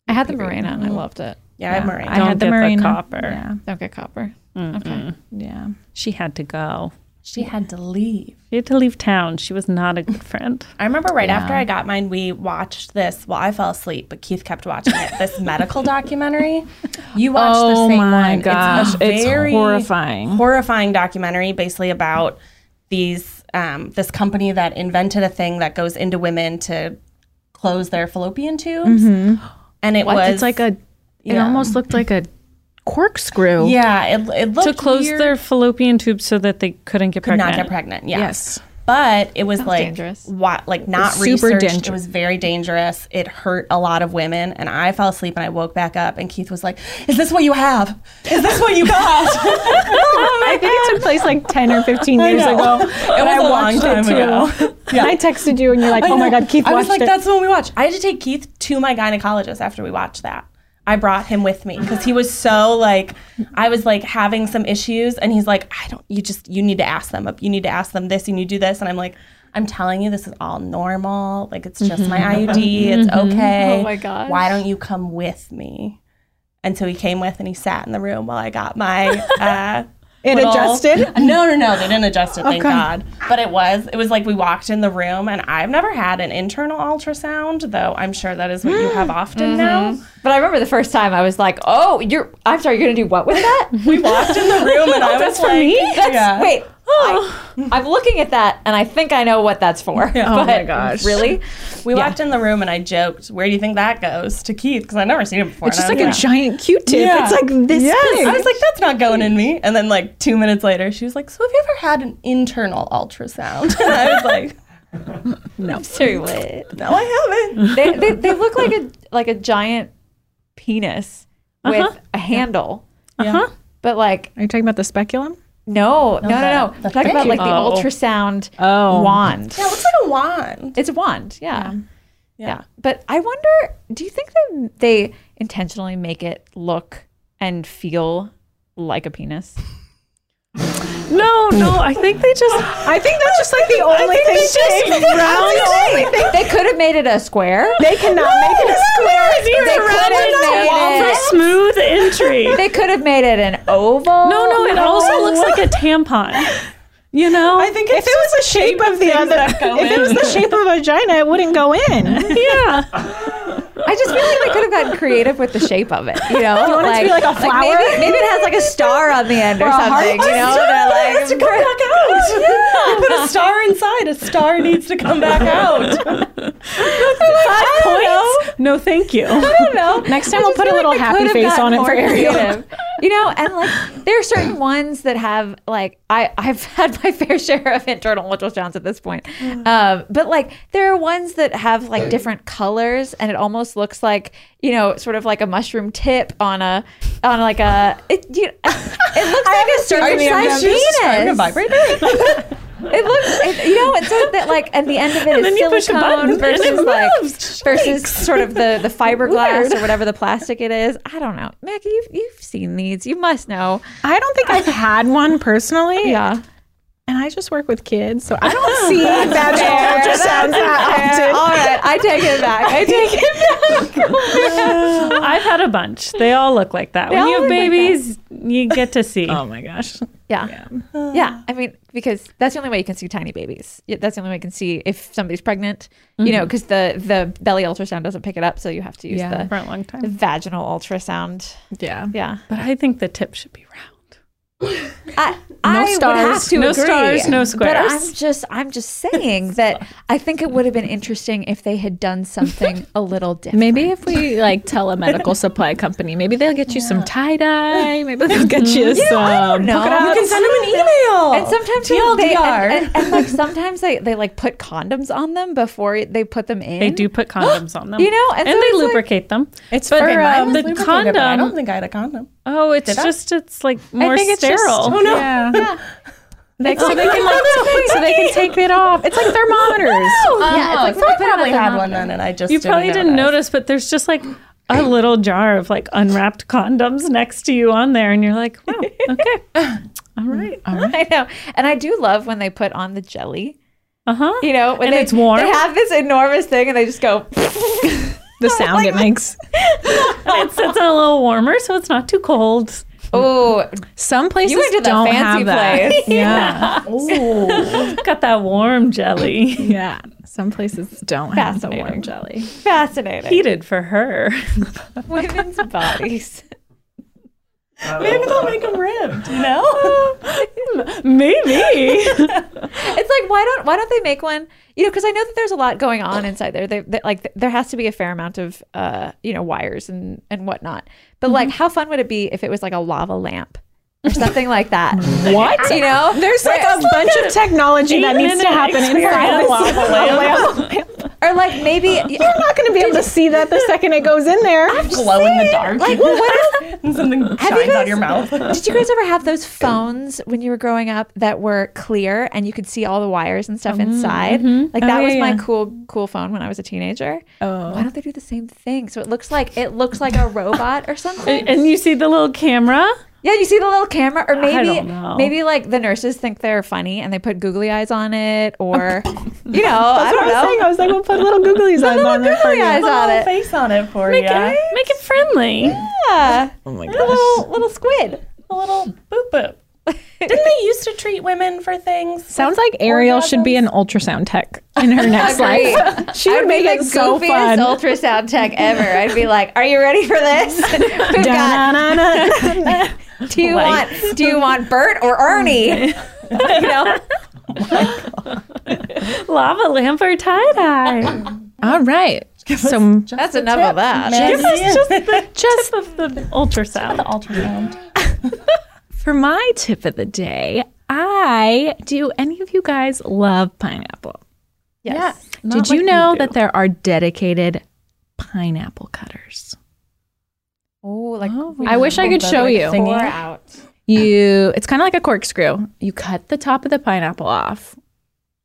Speaker 3: I had the Marina and I loved it.
Speaker 2: Yeah, I have
Speaker 1: I
Speaker 2: Marina.
Speaker 4: Don't
Speaker 1: had the
Speaker 4: get the
Speaker 1: Mirena.
Speaker 4: copper.
Speaker 1: Yeah.
Speaker 3: Don't get copper. Okay.
Speaker 1: Yeah.
Speaker 4: She had to go.
Speaker 2: She had to leave.
Speaker 4: She had to leave town. She was not a
Speaker 1: *laughs*
Speaker 4: good friend.
Speaker 2: I remember right after I got mine, we watched this. Well, I fell asleep, but Keith kept watching it. This medical documentary. You watched the
Speaker 1: Oh
Speaker 2: same
Speaker 1: my
Speaker 2: one.
Speaker 1: gosh,
Speaker 2: a
Speaker 1: it's
Speaker 2: very
Speaker 1: horrifying.
Speaker 2: Horrifying documentary, basically about these um, this company that invented a thing that goes into women to close their fallopian tubes, and it was
Speaker 1: Mm-hmm. It's like a. It
Speaker 2: Yeah.
Speaker 1: almost looked like a corkscrew.
Speaker 2: yeah. It, it looked
Speaker 4: to close
Speaker 2: weird.
Speaker 4: their fallopian tubes so that they couldn't get
Speaker 2: could
Speaker 4: pregnant.
Speaker 2: not get pregnant. Yes.
Speaker 1: Yes.
Speaker 2: But it was like
Speaker 3: dangerous.
Speaker 2: what like not
Speaker 1: super
Speaker 2: researched.
Speaker 1: dangerous.
Speaker 2: It was very dangerous. It hurt a lot of women and I fell asleep and I woke back up and Keith was like, "Is this what you have? Is this what you got?"
Speaker 1: *laughs* *laughs* I think it took place like 10 or 15 years
Speaker 2: *laughs*
Speaker 1: ago. It
Speaker 2: was a long time ago.
Speaker 1: *laughs* And I texted you and you're like, oh my God, Keith
Speaker 2: I was like,
Speaker 1: watched it.
Speaker 2: "That's the one we watched." I had to take Keith to my gynecologist after we watched that. I brought him with me because he was so like, I was like having some issues, and he's like, "I don't. You just you need to ask them. You need to ask them this, and you do this." And I'm like, "I'm telling you, this is all normal. Like it's just my IUD. It's okay.
Speaker 3: Oh my gosh.
Speaker 2: Why don't you come with me?" And so he came with, and he sat in the room while I got my. *laughs* Uh,
Speaker 1: It
Speaker 2: little-
Speaker 1: adjusted?
Speaker 2: *laughs* No, no, no. They didn't adjust it. Thank
Speaker 1: Okay.
Speaker 2: God. But it was. It was like we walked in the room, and I've never had an internal ultrasound, though. I'm sure that is what you *gasps* have often now.
Speaker 3: But I remember the first time I was like, "Oh, you're. I'm sorry. You're gonna do what with that?
Speaker 2: We walked in the room, *laughs* and I was
Speaker 3: that's
Speaker 2: like,
Speaker 3: for me. That's
Speaker 2: yeah.
Speaker 3: wait. I, am looking at that and I think I know what that's for.
Speaker 1: Oh my
Speaker 3: but
Speaker 1: gosh.
Speaker 3: Really?
Speaker 2: We walked in the room, and I joked, "Where do you think that goes to Keith? Because I've never seen him before."
Speaker 1: It's just
Speaker 2: and
Speaker 1: like
Speaker 2: I
Speaker 1: a
Speaker 2: was
Speaker 1: giant Q-tip.
Speaker 2: Yeah.
Speaker 1: It's like this big.
Speaker 2: I was like, that's not going in me. And then, like, two minutes later, she was like, So, have you ever had an internal ultrasound? *laughs* And I was like,
Speaker 3: Seriously.
Speaker 2: No, I haven't.
Speaker 3: they, they, they look like a like a giant penis with a handle.
Speaker 2: Yeah.
Speaker 3: But like
Speaker 1: Are you talking about the speculum?
Speaker 3: no, no, no, no.
Speaker 2: the
Speaker 3: Talk about like the
Speaker 4: Oh.
Speaker 3: ultrasound
Speaker 1: Oh.
Speaker 3: wand.
Speaker 2: Yeah, it looks like a wand.
Speaker 3: It's a wand, yeah. yeah.
Speaker 2: Yeah.
Speaker 3: But I wonder, do you think that they intentionally make it look and feel like a penis?
Speaker 4: No, no. I think they just.
Speaker 1: *laughs* I think that's just like the only thing she round thing.
Speaker 3: They could have made it a square.
Speaker 1: They *laughs* cannot make it a square.
Speaker 3: They could have made
Speaker 4: for
Speaker 3: it.
Speaker 4: smooth entry.
Speaker 3: They could have made it an oval.
Speaker 4: No, Oh, no. It also looks like *laughs* a tampon. You know.
Speaker 2: I think it's
Speaker 1: If it was the shape of the other, if it was the shape of a vagina, it wouldn't go *laughs* in.
Speaker 4: yeah.
Speaker 3: I just feel like they could have gotten creative with the shape of it.
Speaker 1: *laughs*
Speaker 3: You know,
Speaker 1: want it to be like a flower?
Speaker 3: maybe, maybe it has like a star on the end or,
Speaker 1: a heart?
Speaker 3: something. You
Speaker 1: *laughs*
Speaker 3: know, they're like,
Speaker 2: out. We put a star inside. A star needs to come back *laughs* out.
Speaker 4: Points? No,
Speaker 1: *laughs*
Speaker 4: thank you.
Speaker 3: I don't know.
Speaker 1: Next time
Speaker 3: I
Speaker 1: we'll
Speaker 3: just
Speaker 1: put a
Speaker 3: feel
Speaker 1: little
Speaker 3: they
Speaker 1: happy
Speaker 3: could have
Speaker 1: face
Speaker 3: gotten
Speaker 1: on it
Speaker 3: more
Speaker 1: for Ariel.
Speaker 3: creative. You know, and like there are certain ones that have like I I've *laughs* had my fair share of internal ultrasounds at this point, um, but like there are ones that have like different colors and it almost looks like you know sort of like a mushroom tip on a on like a it you, *laughs* it looks like a circumcised penis. It looks, it, you know, it's so that like, and the end of it is
Speaker 4: then you push a button
Speaker 3: silicone
Speaker 4: and it
Speaker 3: versus like
Speaker 4: moves.
Speaker 3: versus sort of the
Speaker 4: *laughs*
Speaker 3: the fiberglass or whatever the plastic it is. I don't know, Maggie. You've you've seen these. You must know.
Speaker 1: I don't think I've had one personally.
Speaker 3: Yeah.
Speaker 1: And I just work with kids, so I don't see vaginal ultrasounds that often.
Speaker 3: All right, I take it back. I take
Speaker 4: *laughs*
Speaker 3: it.
Speaker 4: I've had a bunch. They all look like that. when
Speaker 3: all
Speaker 4: you have
Speaker 3: look like
Speaker 4: babies, you get to see.
Speaker 1: Oh my gosh.
Speaker 3: Yeah. yeah. I mean, because that's the only way you can see tiny babies. Yeah, That's the only way you can see if somebody's pregnant, you
Speaker 4: Mm-hmm.
Speaker 3: know, because the, the belly ultrasound doesn't pick it up. So you have to use
Speaker 1: Yeah.
Speaker 3: the,
Speaker 4: for a long
Speaker 3: the
Speaker 4: time.
Speaker 3: vaginal ultrasound.
Speaker 1: *laughs* Yeah.
Speaker 3: Yeah.
Speaker 4: But I think the tip should be round.
Speaker 3: I, I would
Speaker 4: stars,
Speaker 3: have to
Speaker 4: no
Speaker 3: agree,
Speaker 4: stars, no
Speaker 3: But
Speaker 4: squares.
Speaker 3: I'm just, I'm
Speaker 4: *laughs*
Speaker 3: just saying that I think it would have been interesting if they had done something
Speaker 4: *laughs*
Speaker 3: a little different.
Speaker 1: Maybe if we like tell a medical supply company, maybe they'll get you some tie dye. Maybe they'll get you some.
Speaker 3: know.
Speaker 1: polka
Speaker 2: You
Speaker 1: dots.
Speaker 2: can send him an email.
Speaker 3: And sometimes they, they and, and,
Speaker 4: *laughs*
Speaker 3: and, like sometimes they, they like put condoms on them before they put them in.
Speaker 4: They do put condoms on them.
Speaker 3: *gasps* You know, and
Speaker 4: and, they
Speaker 3: so it's like-
Speaker 4: lubricate them.
Speaker 2: it's
Speaker 4: but,
Speaker 2: for
Speaker 4: um,
Speaker 2: um,
Speaker 4: the condom.
Speaker 2: I don't think I had a *laughs* condom.
Speaker 4: Oh, it's just it's like more
Speaker 1: think it's just-
Speaker 4: sterile.
Speaker 2: Oh no.
Speaker 1: Yeah.
Speaker 4: they,
Speaker 1: So
Speaker 2: *laughs*
Speaker 1: they can like, so they can take it off. It's like *laughs* thermometers.
Speaker 3: yeah, it's like
Speaker 2: so I
Speaker 3: put it on
Speaker 2: probably
Speaker 3: the
Speaker 2: had
Speaker 3: thermometer.
Speaker 2: one then, and I just
Speaker 4: you probably didn't notice, but there's just like a little jar of like unwrapped condoms next to you on there, and you're like, wow, okay, all right, all right,
Speaker 3: *laughs* I know, and I do love when they put on the jelly.
Speaker 4: uh huh.
Speaker 3: You know, when
Speaker 4: And
Speaker 3: they,
Speaker 4: it's warm.
Speaker 3: They have this enormous thing, and they
Speaker 4: *laughs*
Speaker 3: just go.
Speaker 1: The sound it makes.
Speaker 4: It sits a little warmer, so it's not too cold.
Speaker 3: Oh,
Speaker 1: Some places
Speaker 3: went to the
Speaker 1: don't have
Speaker 3: fancy
Speaker 1: that. *laughs*
Speaker 3: place.
Speaker 1: Yeah.
Speaker 4: Got that warm jelly
Speaker 1: yeah. Some places don't have the warm
Speaker 3: Fascinating.
Speaker 1: jelly.
Speaker 3: fascinating!
Speaker 4: heated for her.
Speaker 3: *laughs* Women's bodies.
Speaker 2: Maybe they'll make them ribbed. You know?
Speaker 4: *laughs* Maybe.
Speaker 3: It's like why don't why don't they make one? You know, because I know that there's a lot going on inside there. They, they, like there has to be a fair amount of uh, you know wires and and whatnot. But like,
Speaker 1: Mm-hmm.
Speaker 3: how fun would it be if it was like a lava lamp or something
Speaker 1: *laughs*
Speaker 3: like that? what you know?
Speaker 1: There's like a bunch of technology that needs to happen inside this lava lamp.
Speaker 3: or like maybe
Speaker 1: I'm not going to be able to see that the second it goes in there.
Speaker 2: Glow in the dark.
Speaker 3: like what if
Speaker 2: and *laughs* something shines out
Speaker 3: guys-
Speaker 2: your *laughs* mouth.
Speaker 3: Did you guys ever have those phones when you were growing up that were clear and you could see all the wires and stuff inside? Like
Speaker 4: yeah,
Speaker 3: that was my
Speaker 4: yeah.
Speaker 3: cool cool phone when I was a teenager.
Speaker 1: Oh.
Speaker 3: Why don't they do the same thing? So it looks like it looks like a robot or something.
Speaker 4: and you see the little camera.
Speaker 3: yeah, you see the little camera or maybe
Speaker 4: don't know.
Speaker 3: maybe like the nurses think they're funny and they put googly eyes on it or you know, I don't
Speaker 1: I was saying,
Speaker 3: know.
Speaker 1: I was like, we'll put little googlies eyes on there for
Speaker 3: Googly
Speaker 1: you.
Speaker 3: eyes
Speaker 2: Put a
Speaker 3: on
Speaker 2: little
Speaker 3: it.
Speaker 2: face on it for you.
Speaker 4: Make it friendly.
Speaker 3: Yeah.
Speaker 1: Oh my
Speaker 3: A
Speaker 1: gosh.
Speaker 3: little little squid.
Speaker 2: A little boop boop. *laughs* Didn't they used to treat women for things?
Speaker 1: Sounds like Ariel should be an ultrasound tech in *laughs* her next
Speaker 3: Agreed.
Speaker 1: life. She would
Speaker 3: I'd
Speaker 1: make
Speaker 3: be
Speaker 1: it
Speaker 3: the
Speaker 1: so
Speaker 3: goofiest
Speaker 1: fun.
Speaker 3: ultrasound tech ever. I'd be like, "Are you ready for this? *laughs* We've got
Speaker 1: *laughs* Da-na-na-na.
Speaker 3: Do you want do you want Bert or Ernie? *laughs* you know?
Speaker 4: Lava lamp or tie dye.
Speaker 1: All right. So
Speaker 3: That's enough of that.
Speaker 2: Give us just the
Speaker 4: Just of the ultrasound.
Speaker 2: ultrasound.
Speaker 1: for my tip of the day, I do any of you guys love pineapple?
Speaker 3: Yes.
Speaker 1: Did you know that there are dedicated pineapple cutters?
Speaker 3: Oh, like
Speaker 1: I wish I could show you.
Speaker 3: Four out.
Speaker 1: You it's kind of like a corkscrew. You cut the top of the pineapple off.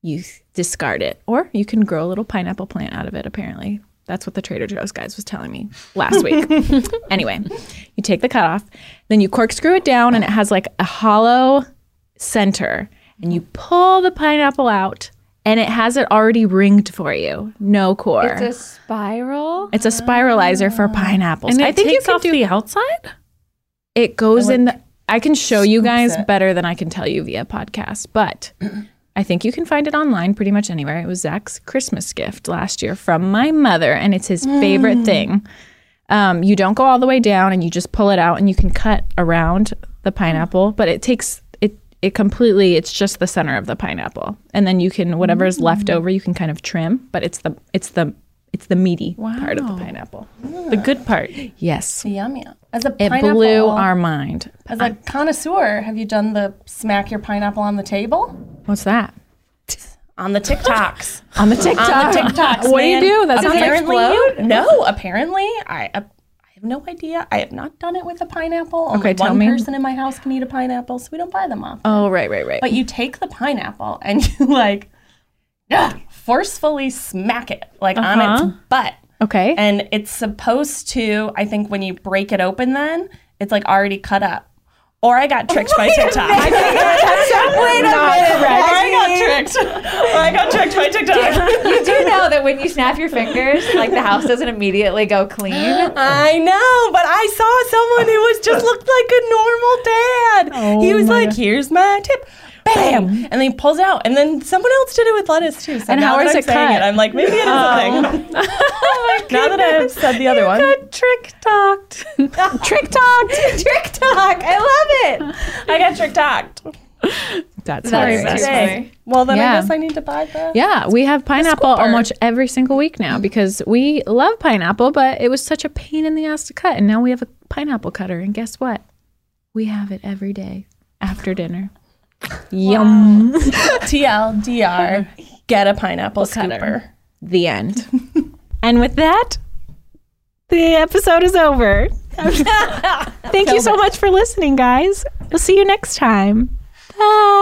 Speaker 1: You s- discard it or you can grow a little pineapple plant out of it apparently. That's what the Trader Joe's guys was telling me last
Speaker 3: *laughs*
Speaker 1: week. anyway, you take the cut off, then you corkscrew it down and it has like a hollow center and you pull the pineapple out and it has it already ringed for you. No core.
Speaker 3: It's a spiral.
Speaker 1: It's a spiralizer for pineapples.
Speaker 4: And it
Speaker 1: I think you
Speaker 4: takes
Speaker 1: can
Speaker 4: off
Speaker 1: do
Speaker 4: the outside.
Speaker 1: it goes in the I can show you guys
Speaker 2: it.
Speaker 1: better than I can tell you via podcast,
Speaker 4: *clears throat*
Speaker 1: but I think you can find it online pretty much anywhere. It was Zach's Christmas gift last year from my mother, and it's his
Speaker 4: Mm.
Speaker 1: favorite thing. Um, you don't go all the way down and you just pull it out and you can cut around the pineapple, but it takes it it completely it's just the center of the pineapple. And then you can whatever's left over you can kind of trim, but it's the it's the it's the meaty part of the pineapple.
Speaker 4: The good part.
Speaker 1: Yes.
Speaker 2: Yum yum. As a
Speaker 1: It
Speaker 2: pineapple,
Speaker 1: blew our mind.
Speaker 2: as a connoisseur, have you done the smack your pineapple on the table?
Speaker 1: What's that?
Speaker 2: On the TikToks.
Speaker 1: *laughs* On the TikTok.
Speaker 2: on the TikToks.
Speaker 1: What do you
Speaker 2: man.
Speaker 1: do? That sounds like
Speaker 2: apparently,
Speaker 3: explode?
Speaker 2: you- no. Apparently, I uh, I have no idea. I have not done it with a pineapple. Only
Speaker 1: Okay,
Speaker 2: one
Speaker 1: tell me.
Speaker 2: person in my house can eat a pineapple, so we don't buy them off.
Speaker 1: Oh, right, right, right.
Speaker 2: But you take the pineapple and *laughs* you like, yeah, forcefully smack it like on
Speaker 1: Uh-huh.
Speaker 2: its butt,
Speaker 1: okay.
Speaker 2: and it's supposed to. I think when you break it open, then it's like already cut up. or I got tricked
Speaker 1: *laughs*
Speaker 2: by TikTok. I think
Speaker 3: Wait a minute,
Speaker 2: or I got
Speaker 3: Reggie.
Speaker 2: tricked. or I got tricked by TikTok.
Speaker 3: You do know that when you snap your fingers, like the house doesn't immediately go clean.
Speaker 2: I know, but I saw someone who was just looked like a normal dad.
Speaker 1: Oh
Speaker 2: he was like, "Here's my tip." Bam! And then he pulls it out. And then someone else did it with lettuce too. So
Speaker 1: And
Speaker 2: now
Speaker 1: how
Speaker 2: that
Speaker 1: is
Speaker 2: I'm
Speaker 1: it
Speaker 2: saying
Speaker 1: cut? Oh.
Speaker 2: It, I'm like, maybe it is a
Speaker 1: *laughs*
Speaker 2: thing. *laughs* now that I've said the other one.
Speaker 4: trick
Speaker 2: *laughs*
Speaker 4: talked.
Speaker 3: Trick talk, trick talk. I love it.
Speaker 2: I got trick
Speaker 1: *laughs*
Speaker 2: talked.
Speaker 1: That's
Speaker 3: Sorry,
Speaker 1: hilarious.
Speaker 3: That's
Speaker 2: Dang. Well, then
Speaker 1: Yeah.
Speaker 2: I guess I need to buy the.
Speaker 1: Yeah, we have pineapple
Speaker 2: scooper.
Speaker 1: almost every single week now because we love pineapple, but it was such a pain in the ass to cut. And now we have a pineapple cutter. And guess what? We have it every day after dinner. Yum. *laughs*
Speaker 2: TLDR. Get a pineapple scooper.
Speaker 1: The end. and with that, the episode is over. Thank you so much for listening, guys. We'll see you next time. Bye.